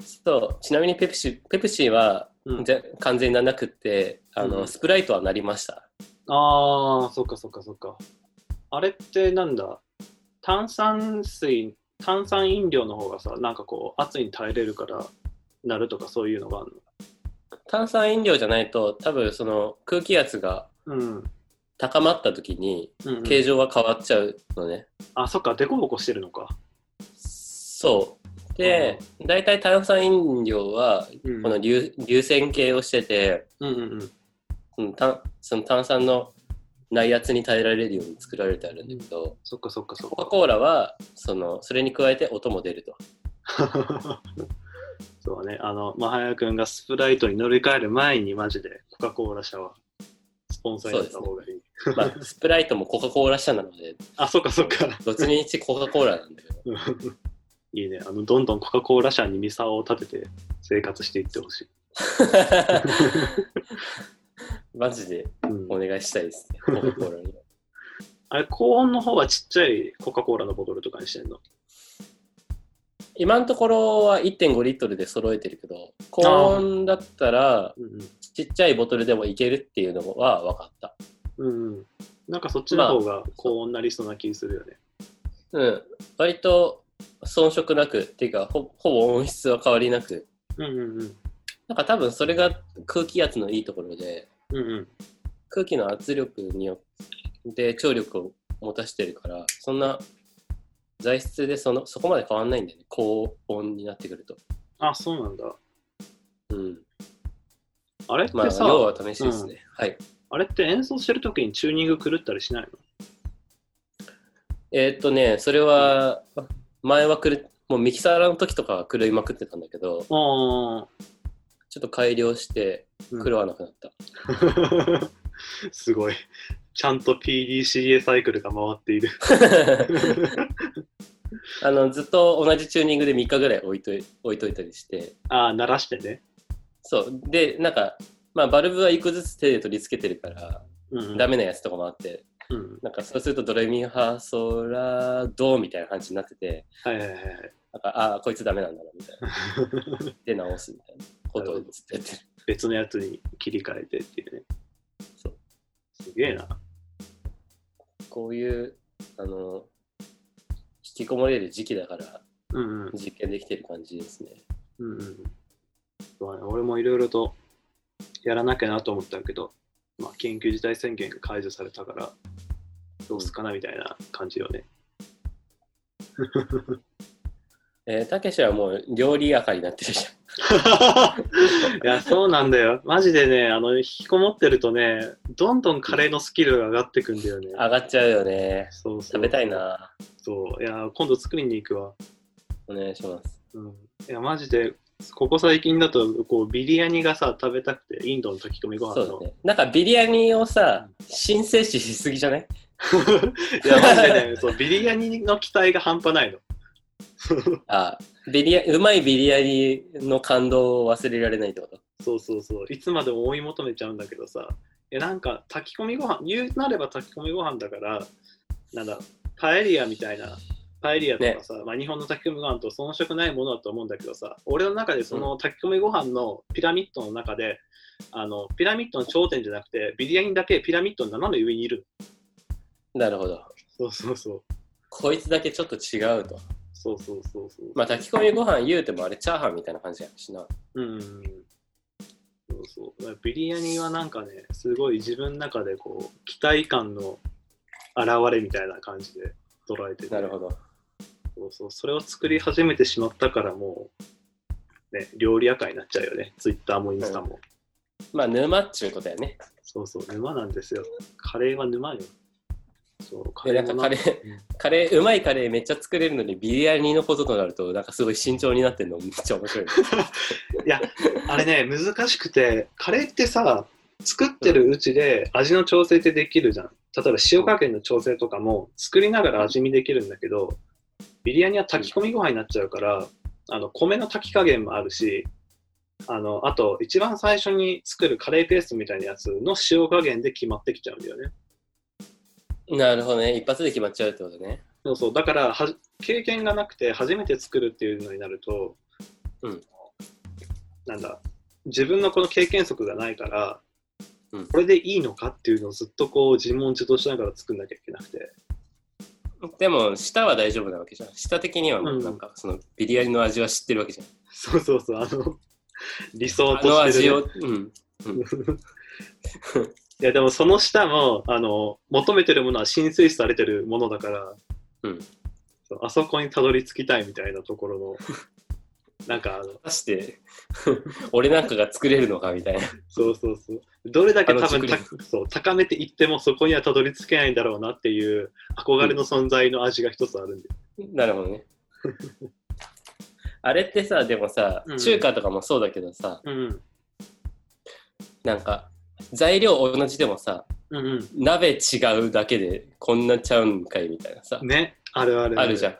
B: そうちなみにペプシペプシは
A: うん
B: ぜ、完全にならなくってあの、
A: うん
B: スプライトはなりました
A: ああ、そっかそっかそっか。あれってなんだ炭酸水、炭酸飲料の方がさ、なんかこう、圧に耐えれるからなるとかそういうのがある
B: 炭酸飲料じゃないと多分その空気圧が
A: の。うん。
B: 高まった時に
A: うんうん
B: 形状が変わっちゃうのね、
A: あ、そっか、デコボコしてるのか。
B: そうで大体炭酸飲料は
A: うん。
B: この流流線形をしてて
A: うんうんうん。
B: その炭その炭酸の内圧に耐えられるように作られてあるんだけど、
A: そっかそっかそっ
B: コカ・コーラはそのそれに加えて音も出ると
A: か。 *laughs* そうね、あの、まはやくんがスプライトに乗り換える前に、マジでコカ・コーラ社は、スポンサーになった方がいい。
B: まあ、スプライトもコカ・コーラ社なので、
A: あ、そっかそっか。 *laughs*
B: どっちにちコカ・コーラなんだけど、
A: いいね。あの、どんどんコカ・コーラ社にミサを立てて生活していってほしい。
B: マジで
A: うん
B: お願いしたいですね、コカ・コーラに。
A: あれ、高温の方はちっちゃいコカ・コーラのボトルとかにしてんの。
B: 今のところは1.5リットルで揃えてるけど、高温だったら、
A: うん
B: ちっちゃいボトルでもいけるっていうのは分かった。
A: うん。うん。なんかそっちの方が高温になりそうな気するよね。
B: うん、割と遜色なく、っていうかほ、ほぼ音質は変わりなく、
A: うんうんうん。
B: なんか多分それが空気圧のいいところで、
A: うんうん。
B: 空気の圧力によって張力を持たしてるからそんな材質でそのそこまで変わんないんだよね高温になってくると、
A: あ、そうなんだ。
B: うん、
A: あれって
B: まあ
A: さ、
B: 要は試しですね、はい
A: あれって演奏してる時にチューニング狂ったりしない
B: えーっとねそれは前はくるもうミキサーの時とかは狂いまくってたんだけど
A: のあ
B: ちょっと改良して
A: うん
B: 狂わなくなった、 *laughs*
A: あ。 *laughs* すごい。ちゃんと PDCA サイクルが回っている。
B: あのずっと同じチューニングで3日ぐらい置いとい置いといたりして
A: ああ、鳴らしてね。
B: そうでなんかまあバルブは1個ずつ手で取り付けてるから
A: うんうん、
B: ダメなやつとかもあって
A: うん。
B: なんかそうするとドレミファソラドみたいな感じになってて、
A: はいはいはいはい。
B: なんかああ、こいつダメなんだなみたいな。
A: *laughs*
B: で、直すみたいなことをずっとやってる。
A: 別のやつに切り替えてっていうね。
B: そう
A: すげえな。
B: こういう、あの、引きこもれる時期だから
A: うんうん。
B: 実験できてる感じですね。
A: うんうんそうだね、俺もいろいろとやらなきゃなと思ったけど、まあ、緊急事態宣言が解除されたから、どうすっかなみたいな感じよね。
B: えー、たけしはもう料理赤になってるじ
A: *laughs* いや、そうなんだよ。マジでね、あの、引きこもってるとね、どんどんカレーのスキルが上がってくんだよね
B: ゃん。。上がっちゃうよね。
A: そうそう
B: 食べたい。な。
A: そう。いや、今度作りに行くわ。
B: お願いします。
A: うん。いや、マジで、ここ最近だと、こう、ビリヤニがさ、食べたくて、インドの炊き込みご
B: そ
A: 飯
B: う
A: の
B: だ。ね。なんかビリヤニをさ、申請しすぎじゃない
A: *laughs* いや、マジでね、 *laughs* そう、ビリヤニの期待が半端ないの。
B: あビリヤ、うまいビリヤニの感動を忘れられないってこと
A: そうそうそう。いつまでも追い求めちゃうんだけどさ。いや、なんか、炊き込みご飯、言うなれば炊き込みご飯だから、なんだ、パエリアみたいな、パエリアとかさ、まあ日本の炊き込みご飯と遜色ないものだと思うんだけどさ、俺の中でその炊き込みご飯のピラミッドの中で、あの、ピラミッドの頂点じゃなくて、ビリヤニだけピラミッドの斜め上にいる。
B: なるほど。
A: そうそうそう。
B: こいつだけちょっと違うと。
A: そうそうそうそう。
B: まあ、炊き込みご飯言うてもあれチャーハンみたいな感じやしな。
A: うん。そうそう。だからビリヤニはなんかね、すごい自分の中でこう、期待感の表れみたいな感じで捉えてて、
B: なるほど。
A: そうそう。それを作り始めてしまったからもう、ね、料理屋会になっちゃうよね。ツイッターもインスタも。
B: まあ、沼っちゅうことやね。
A: そうそう、沼なんですよ。カレーは沼よ。そう、カ
B: でなんかカレーカレーうまいカレーめっちゃ作れるのにビリヤニのこととなるとなんかすごい慎重になってるのめっちゃ面白い
A: いや、あれね、難しくて、カレーってさ、作ってるうちで味の調整ってできるじゃん。例えば塩加減の調整とかも作りながら味見できるんだけど、ビリヤニは炊き込みご飯になっちゃうから、あの、米の炊き加減もあるし、あの、あと、一番最初に作るカレーペーストみたいなやつの塩加減で決まってきちゃうんだよね。
B: なるほどね一発で決まっちゃうってことね
A: そうそう、だからは、経験がなくて初めて作るっていうのになると、
B: うん
A: なんだ、自分のこの経験則がないから、
B: うん
A: これでいいのかっていうのをずっとこう自問自答しながら作んなきゃいけなくて、
B: でも舌は大丈夫なわけじゃん舌的にはもうなんかそのビリヤニの味は知ってるわけじゃん
A: そうそうそう、あ
B: *laughs*
A: の、理想
B: あの
A: として
B: 味
A: る、
B: を、うん、
A: いや、でもその下も、あの、求めてるものは浸水されてるものだから、
B: うん
A: そうあそこにたどり着きたいみたいなとこ
B: *laughs*
A: ろの、なんかあの、
B: 果たして *laughs* 俺なんかが作れるのかみたいな
A: そうそうそう。どれだけ多
B: あの
A: 分た
B: 熟
A: そう高めていってもそこにはたどり着けないんだろうなっていう憧れの存在の味が一つあるんで。
B: なるほどね *laughs* あれってさでもさ
A: うん
B: 中華とかもそうだけどさ、
A: うん。
B: なんか材料同じでもさ
A: うん
B: 鍋違うだけでこんなちゃうんかいみたいなさ、
A: うん。ね。あるある
B: あるじゃん。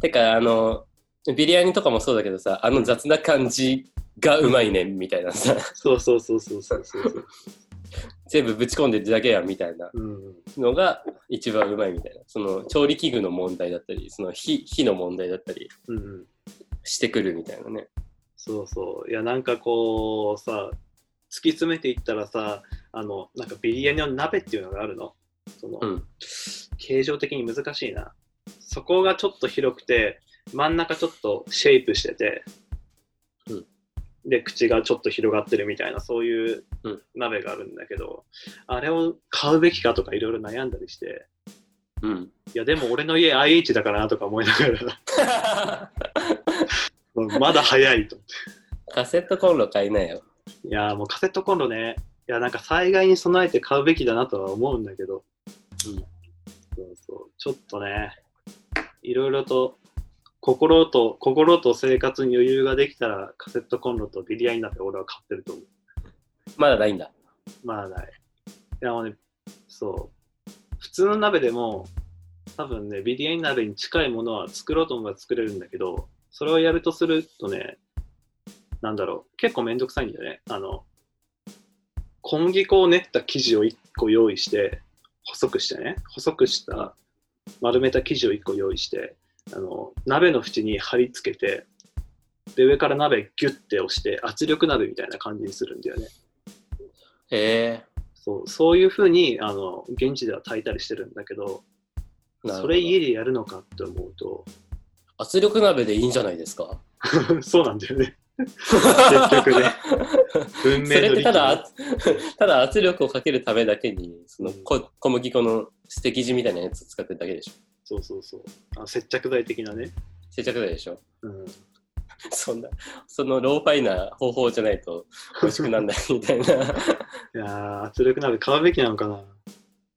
B: てかあのビリヤニとかもそうだけどさあの雑な感じがうまいねんみたいなさ *laughs*
A: そうそうそうそうそうそうそう。
B: 全部ぶち込んでるだけやんみたいな
A: うん。
B: のが一番うまいみたいなその調理器具の問題だったりその火火の問題だったり
A: うんうん。
B: してくるみたいなね
A: そうそう。いや、なんかこうさ、突き詰めていったらさ、あの、なんかビリヤニの鍋っていうのがあるの。その、
B: うん
A: 形状的に難しいな。そこがちょっと広くて、真ん中ちょっとシェイプしてて、
B: うん
A: で、口がちょっと広がってるみたいな、そういう
B: うん
A: 鍋があるんだけど、あれを買うべきかとかいろいろ悩んだりして、
B: うん *laughs*
A: いや、でも俺の家 IH だからなとか思いながら、 *laughs* まだ早いと。
B: カセットコンロ買いなよ
A: いやーもうカセットコンロね、いやなんか災害に備えて買うべきだなとは思うんだけど、
B: うん
A: そうそうちょっとね、いろいろと心と心と生活に余裕ができたらカセットコンロとビリヤニ鍋俺は買ってると思
B: まだないんだ
A: う。まあない。いやもうね、そう。普通の鍋でも多分ね、ビリヤニ鍋に近いものは作ろうと思えば作れるんだけど、それをやるとするとね、なんだろう、結構めんどくさいんだよね。あの、小麦粉を練った生地を1個用意して、細くしてね、細くした丸めた生地を1個用意して、あの、鍋の縁に貼り付けて、で、上から鍋ギュッて押して、圧力鍋みたいな感じにするんだよね。
B: へ
A: そう、そういうふうに、あの、現地では炊いたりしてるんだけど、
B: え
A: それ家でやるのかって思うと、 *laughs*
B: 圧力鍋でいいんじゃないですか
A: そうなんだよね。
B: 結
A: 局ね文
B: *laughs* そ
A: 明
B: れ
A: の
B: って
A: 利器
B: ただ、圧 *laughs* ただ圧力をかけるためだけに、そのこ小麦粉のステキ地みたいなやつ使ってるだけでしょ。
A: そうそうそう。あ接着剤的なね。
B: 接着剤でしょ。
A: うん。
B: そんな、そのローファイな方法じゃないと美味しくなんないみたいな。
A: *laughs* いやー圧力鍋買うべきなのかな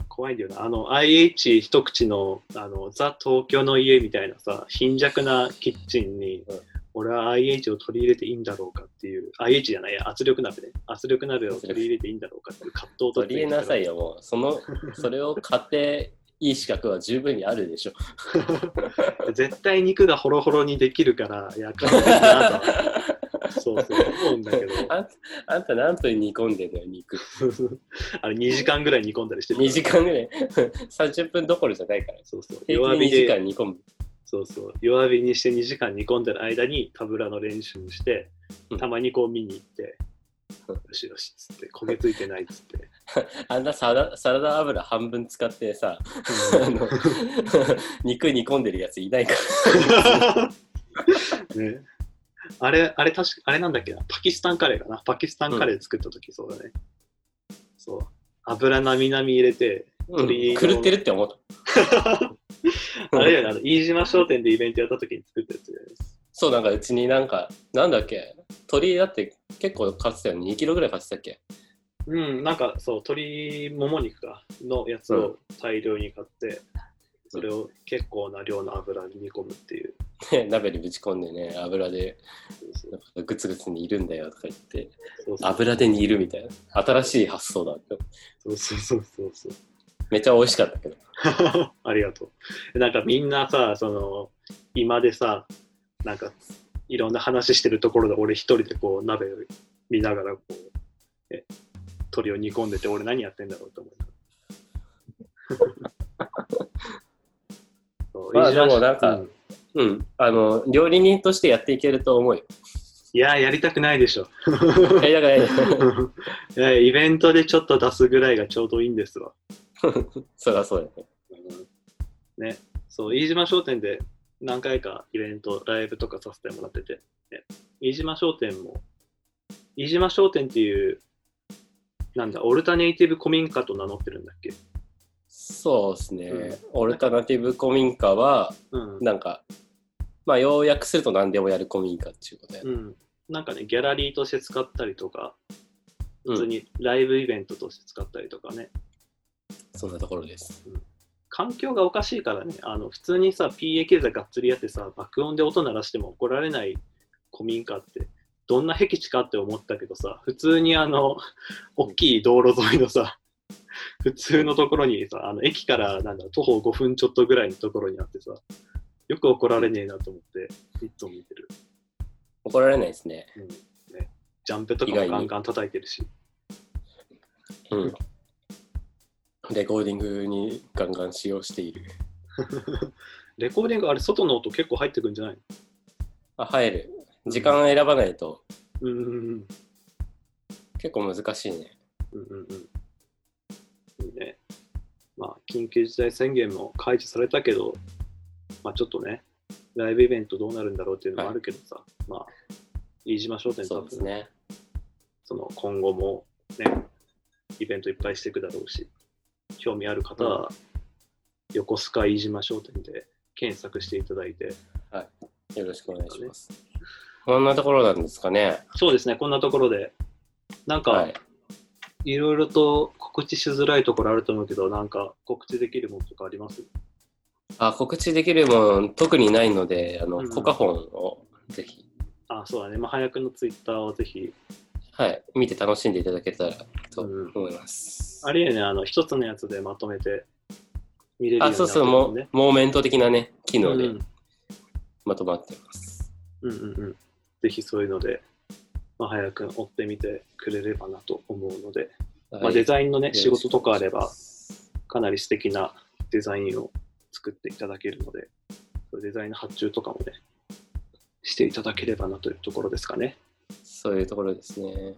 A: 怖いんだよな。あの、IH 一口の、あの、ザ・東京の家みたいなさ、貧弱なキッチンに
B: うん、
A: 俺は IH を取り入れていいんだろうかっていう、IH じゃないや、圧力鍋ね。圧力鍋を取り入れていいんだろうかっていう葛藤と
B: 取り入れなさい
A: よ。
B: よ、もう。その、それを買っていい資格は十分にあるでしょ。
A: 絶対肉がホロホロにできるから、いや、買うべきだ *laughs* なとは。そうそう、思うんだけど。
B: *laughs* あんあんた何分煮込んでんのよ、肉。
A: あれ、2時間ぐらい煮込んだりしてるから
B: 2時間ぐらい。30分どころじゃないから。
A: そうそう。
B: 平
A: 弱
B: 均2
A: 火
B: 時
A: で
B: 間煮込む。
A: そうそう弱火にして2時間煮込んでる間にタブラの練習して
B: うん
A: たまにこう見に行って、
B: うん
A: よしよしっつって焦げついてないっつって
B: あんなサラサラダ油半分使ってさ、あの *laughs* 肉煮込んでるやついないから
A: *laughs* ねあれあれ確かあれなんだっけなパキスタンカレーかなパキスタンカレー作った時そうだね、そう油なみなみ入れて
B: うん
A: 鳥の
B: 狂ってるって思った
A: あれよねあの飯島商店でイベントやった時に作ったやつだよね
B: そうなんかうちになんかなんだっけ鳥だって結構買ってたよね2キロぐらい買ってたっけ
A: うん、なんかそう、鶏もも肉かのやつを大量に買って、それを結構な量の油に煮込むっていう。
B: ね鍋にぶち込んでね、油で
A: そう
B: なんかグツグツ煮るんだよとか言って、
A: そうそう
B: 油で煮るみたいな。新しい発想だって。
A: そうそうそうそう。
B: めっちゃ美味しかったけど。
A: *laughs* ありがとう。なんかみんなさ、その、今でさ、なんかいろんな話してるところで俺一人でこう鍋を見ながらこう、え、鳥を煮込んでて俺何やってんだろうと思
B: *laughs*
A: う。そう
B: まあ
A: 飯田
B: でもなんか
A: う
B: うん。あの、料理人としてやっていけると思
A: *laughs*
B: うよ。
A: いや、やりたくないでしょ。 *laughs*
B: え、だから、
A: いやイベントでちょっと出すぐらいがちょうどいいんですわ。
B: そりゃそうだね。
A: ね、そう、飯島商店で何回かイベント、ライブとかさせてもらってて、ね、飯島商店も、飯島商店っていう、なんだ、オルタネイティブ古民家と名乗ってるんだっけ
B: そうですね、
A: うん
B: オルタナティブ古民家は、
A: うん。
B: なんか、まあ、要約すると何でもやる古民家っていうことや。
A: うん。なんかね、ギャラリーとして使ったりとか、
B: う
A: 普通
B: ん。
A: にライブイベントとして使ったりとかね、
B: そんなところです。
A: 環境がおかしいからね、あの普通にさ、PA 経済がっつりやってさ、爆音で音鳴らしても怒られない古民家って、どんな僻地かって思ったけどさ、普通にあの、大きい道路沿いのさ、普通のところにさ、あの駅からなんだ徒歩5分ちょっとぐらいのところにあってさ、よく怒られねえなと思って、いつも見てる。
B: 怒られないですね。
A: うんね、ジャンプとかもガンガン叩いてるし、 *laughs*
B: *laughs* うん。レコーディングにガンガン使用している。
A: レコーディングあれ、外の音結構入ってくんじゃないの
B: あ、入る。時間選ばないと
A: うんうんうん。
B: 結構難しいね。
A: うんうんうん。いいね。まあ、緊急事態宣言も解除されたけど、まあちょっとね、ライブイベントどうなるんだろうっていうのもあるけどさ、まあ、飯島商店多
B: そう
A: 分
B: ですね。
A: その今後もね、イベントいっぱいしていくだろうし、興味ある方は、横須賀飯島商店で検索していただいて、
B: よろしくお願いします。こんなところなんですかね。
A: そうですね、こんなところで、なんか、
B: はい。
A: いろいろと告知しづらいところあると思うけど、なんか告知できるものとかあります
B: あ、告知できるもん特にないので、あの、
A: うん
B: コカホンをぜひ
A: あ、そうだね。まあ、早くのツイッターをぜひ。
B: はい、見て楽しんでいただけたらと
A: うん
B: 思います。
A: あれやね、あの、一つのやつでまとめて見れるようになっ
B: あ
A: て
B: そう
A: る
B: そう、
A: も
B: モ
A: んね。
B: モーメント的なね、機能
A: う
B: で
A: ん
B: まとまってます。
A: うんうんうん。ぜひそういうので、まあ、早く追ってみてくれればなと思うので、ま
B: は
A: あ、
B: い
A: デザインのね、仕事とかあれ。
B: よろ
A: ば、
B: し
A: かなり素敵なデザインを作っていただけるので、そういうデザインの発注とかもね、していただければなというところですかね。
B: くお願いしますそういうところですね。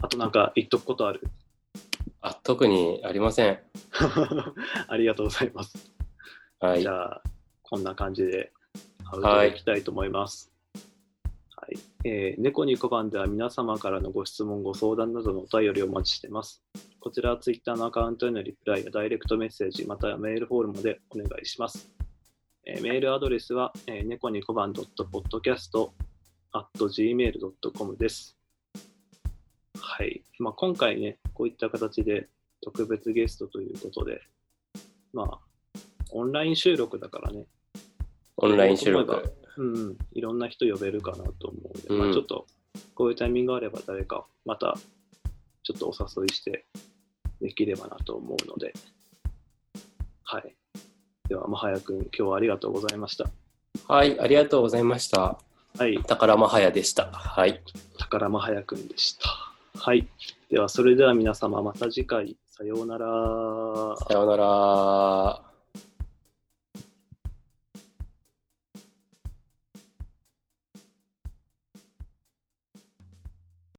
A: あとなんか言っとくことある。 *laughs*
B: あ、特にありません。
A: ありがとうございます。
B: はい
A: じ。ゃあ、こんな感じで、アウトいきたいと思います。はい。えー、猫に小判では皆様からのご質問、ご相談などのお便りをお待ちしています。こちらは Twitter のアカウントへのリプライやダイレクトメッセージ、またはメールフォームでお願いします。えーメールアドレスは、えー、猫に小判 .podcast.gmail.com です。はい。まあ、今回ね、こういった形で特別ゲストということで、まあ、オンライン収録だからね、
B: オンライン収
A: そう思
B: 録。
A: うんうん、いろんな人呼べるかなと思うので、ま
B: う
A: あ、
B: ん
A: ちょっとこういうタイミングがあれば誰かまたちょっとお誘いしてできればなと思うので、はい。では、まはやくん、今日はありがとうございました。
B: はい、ありがとうございました。
A: はい、
B: 宝間隼でした。はい。
A: 宝まはやくんでした。はい。では、それでは皆様、また次回、さようなら。
B: さようなら。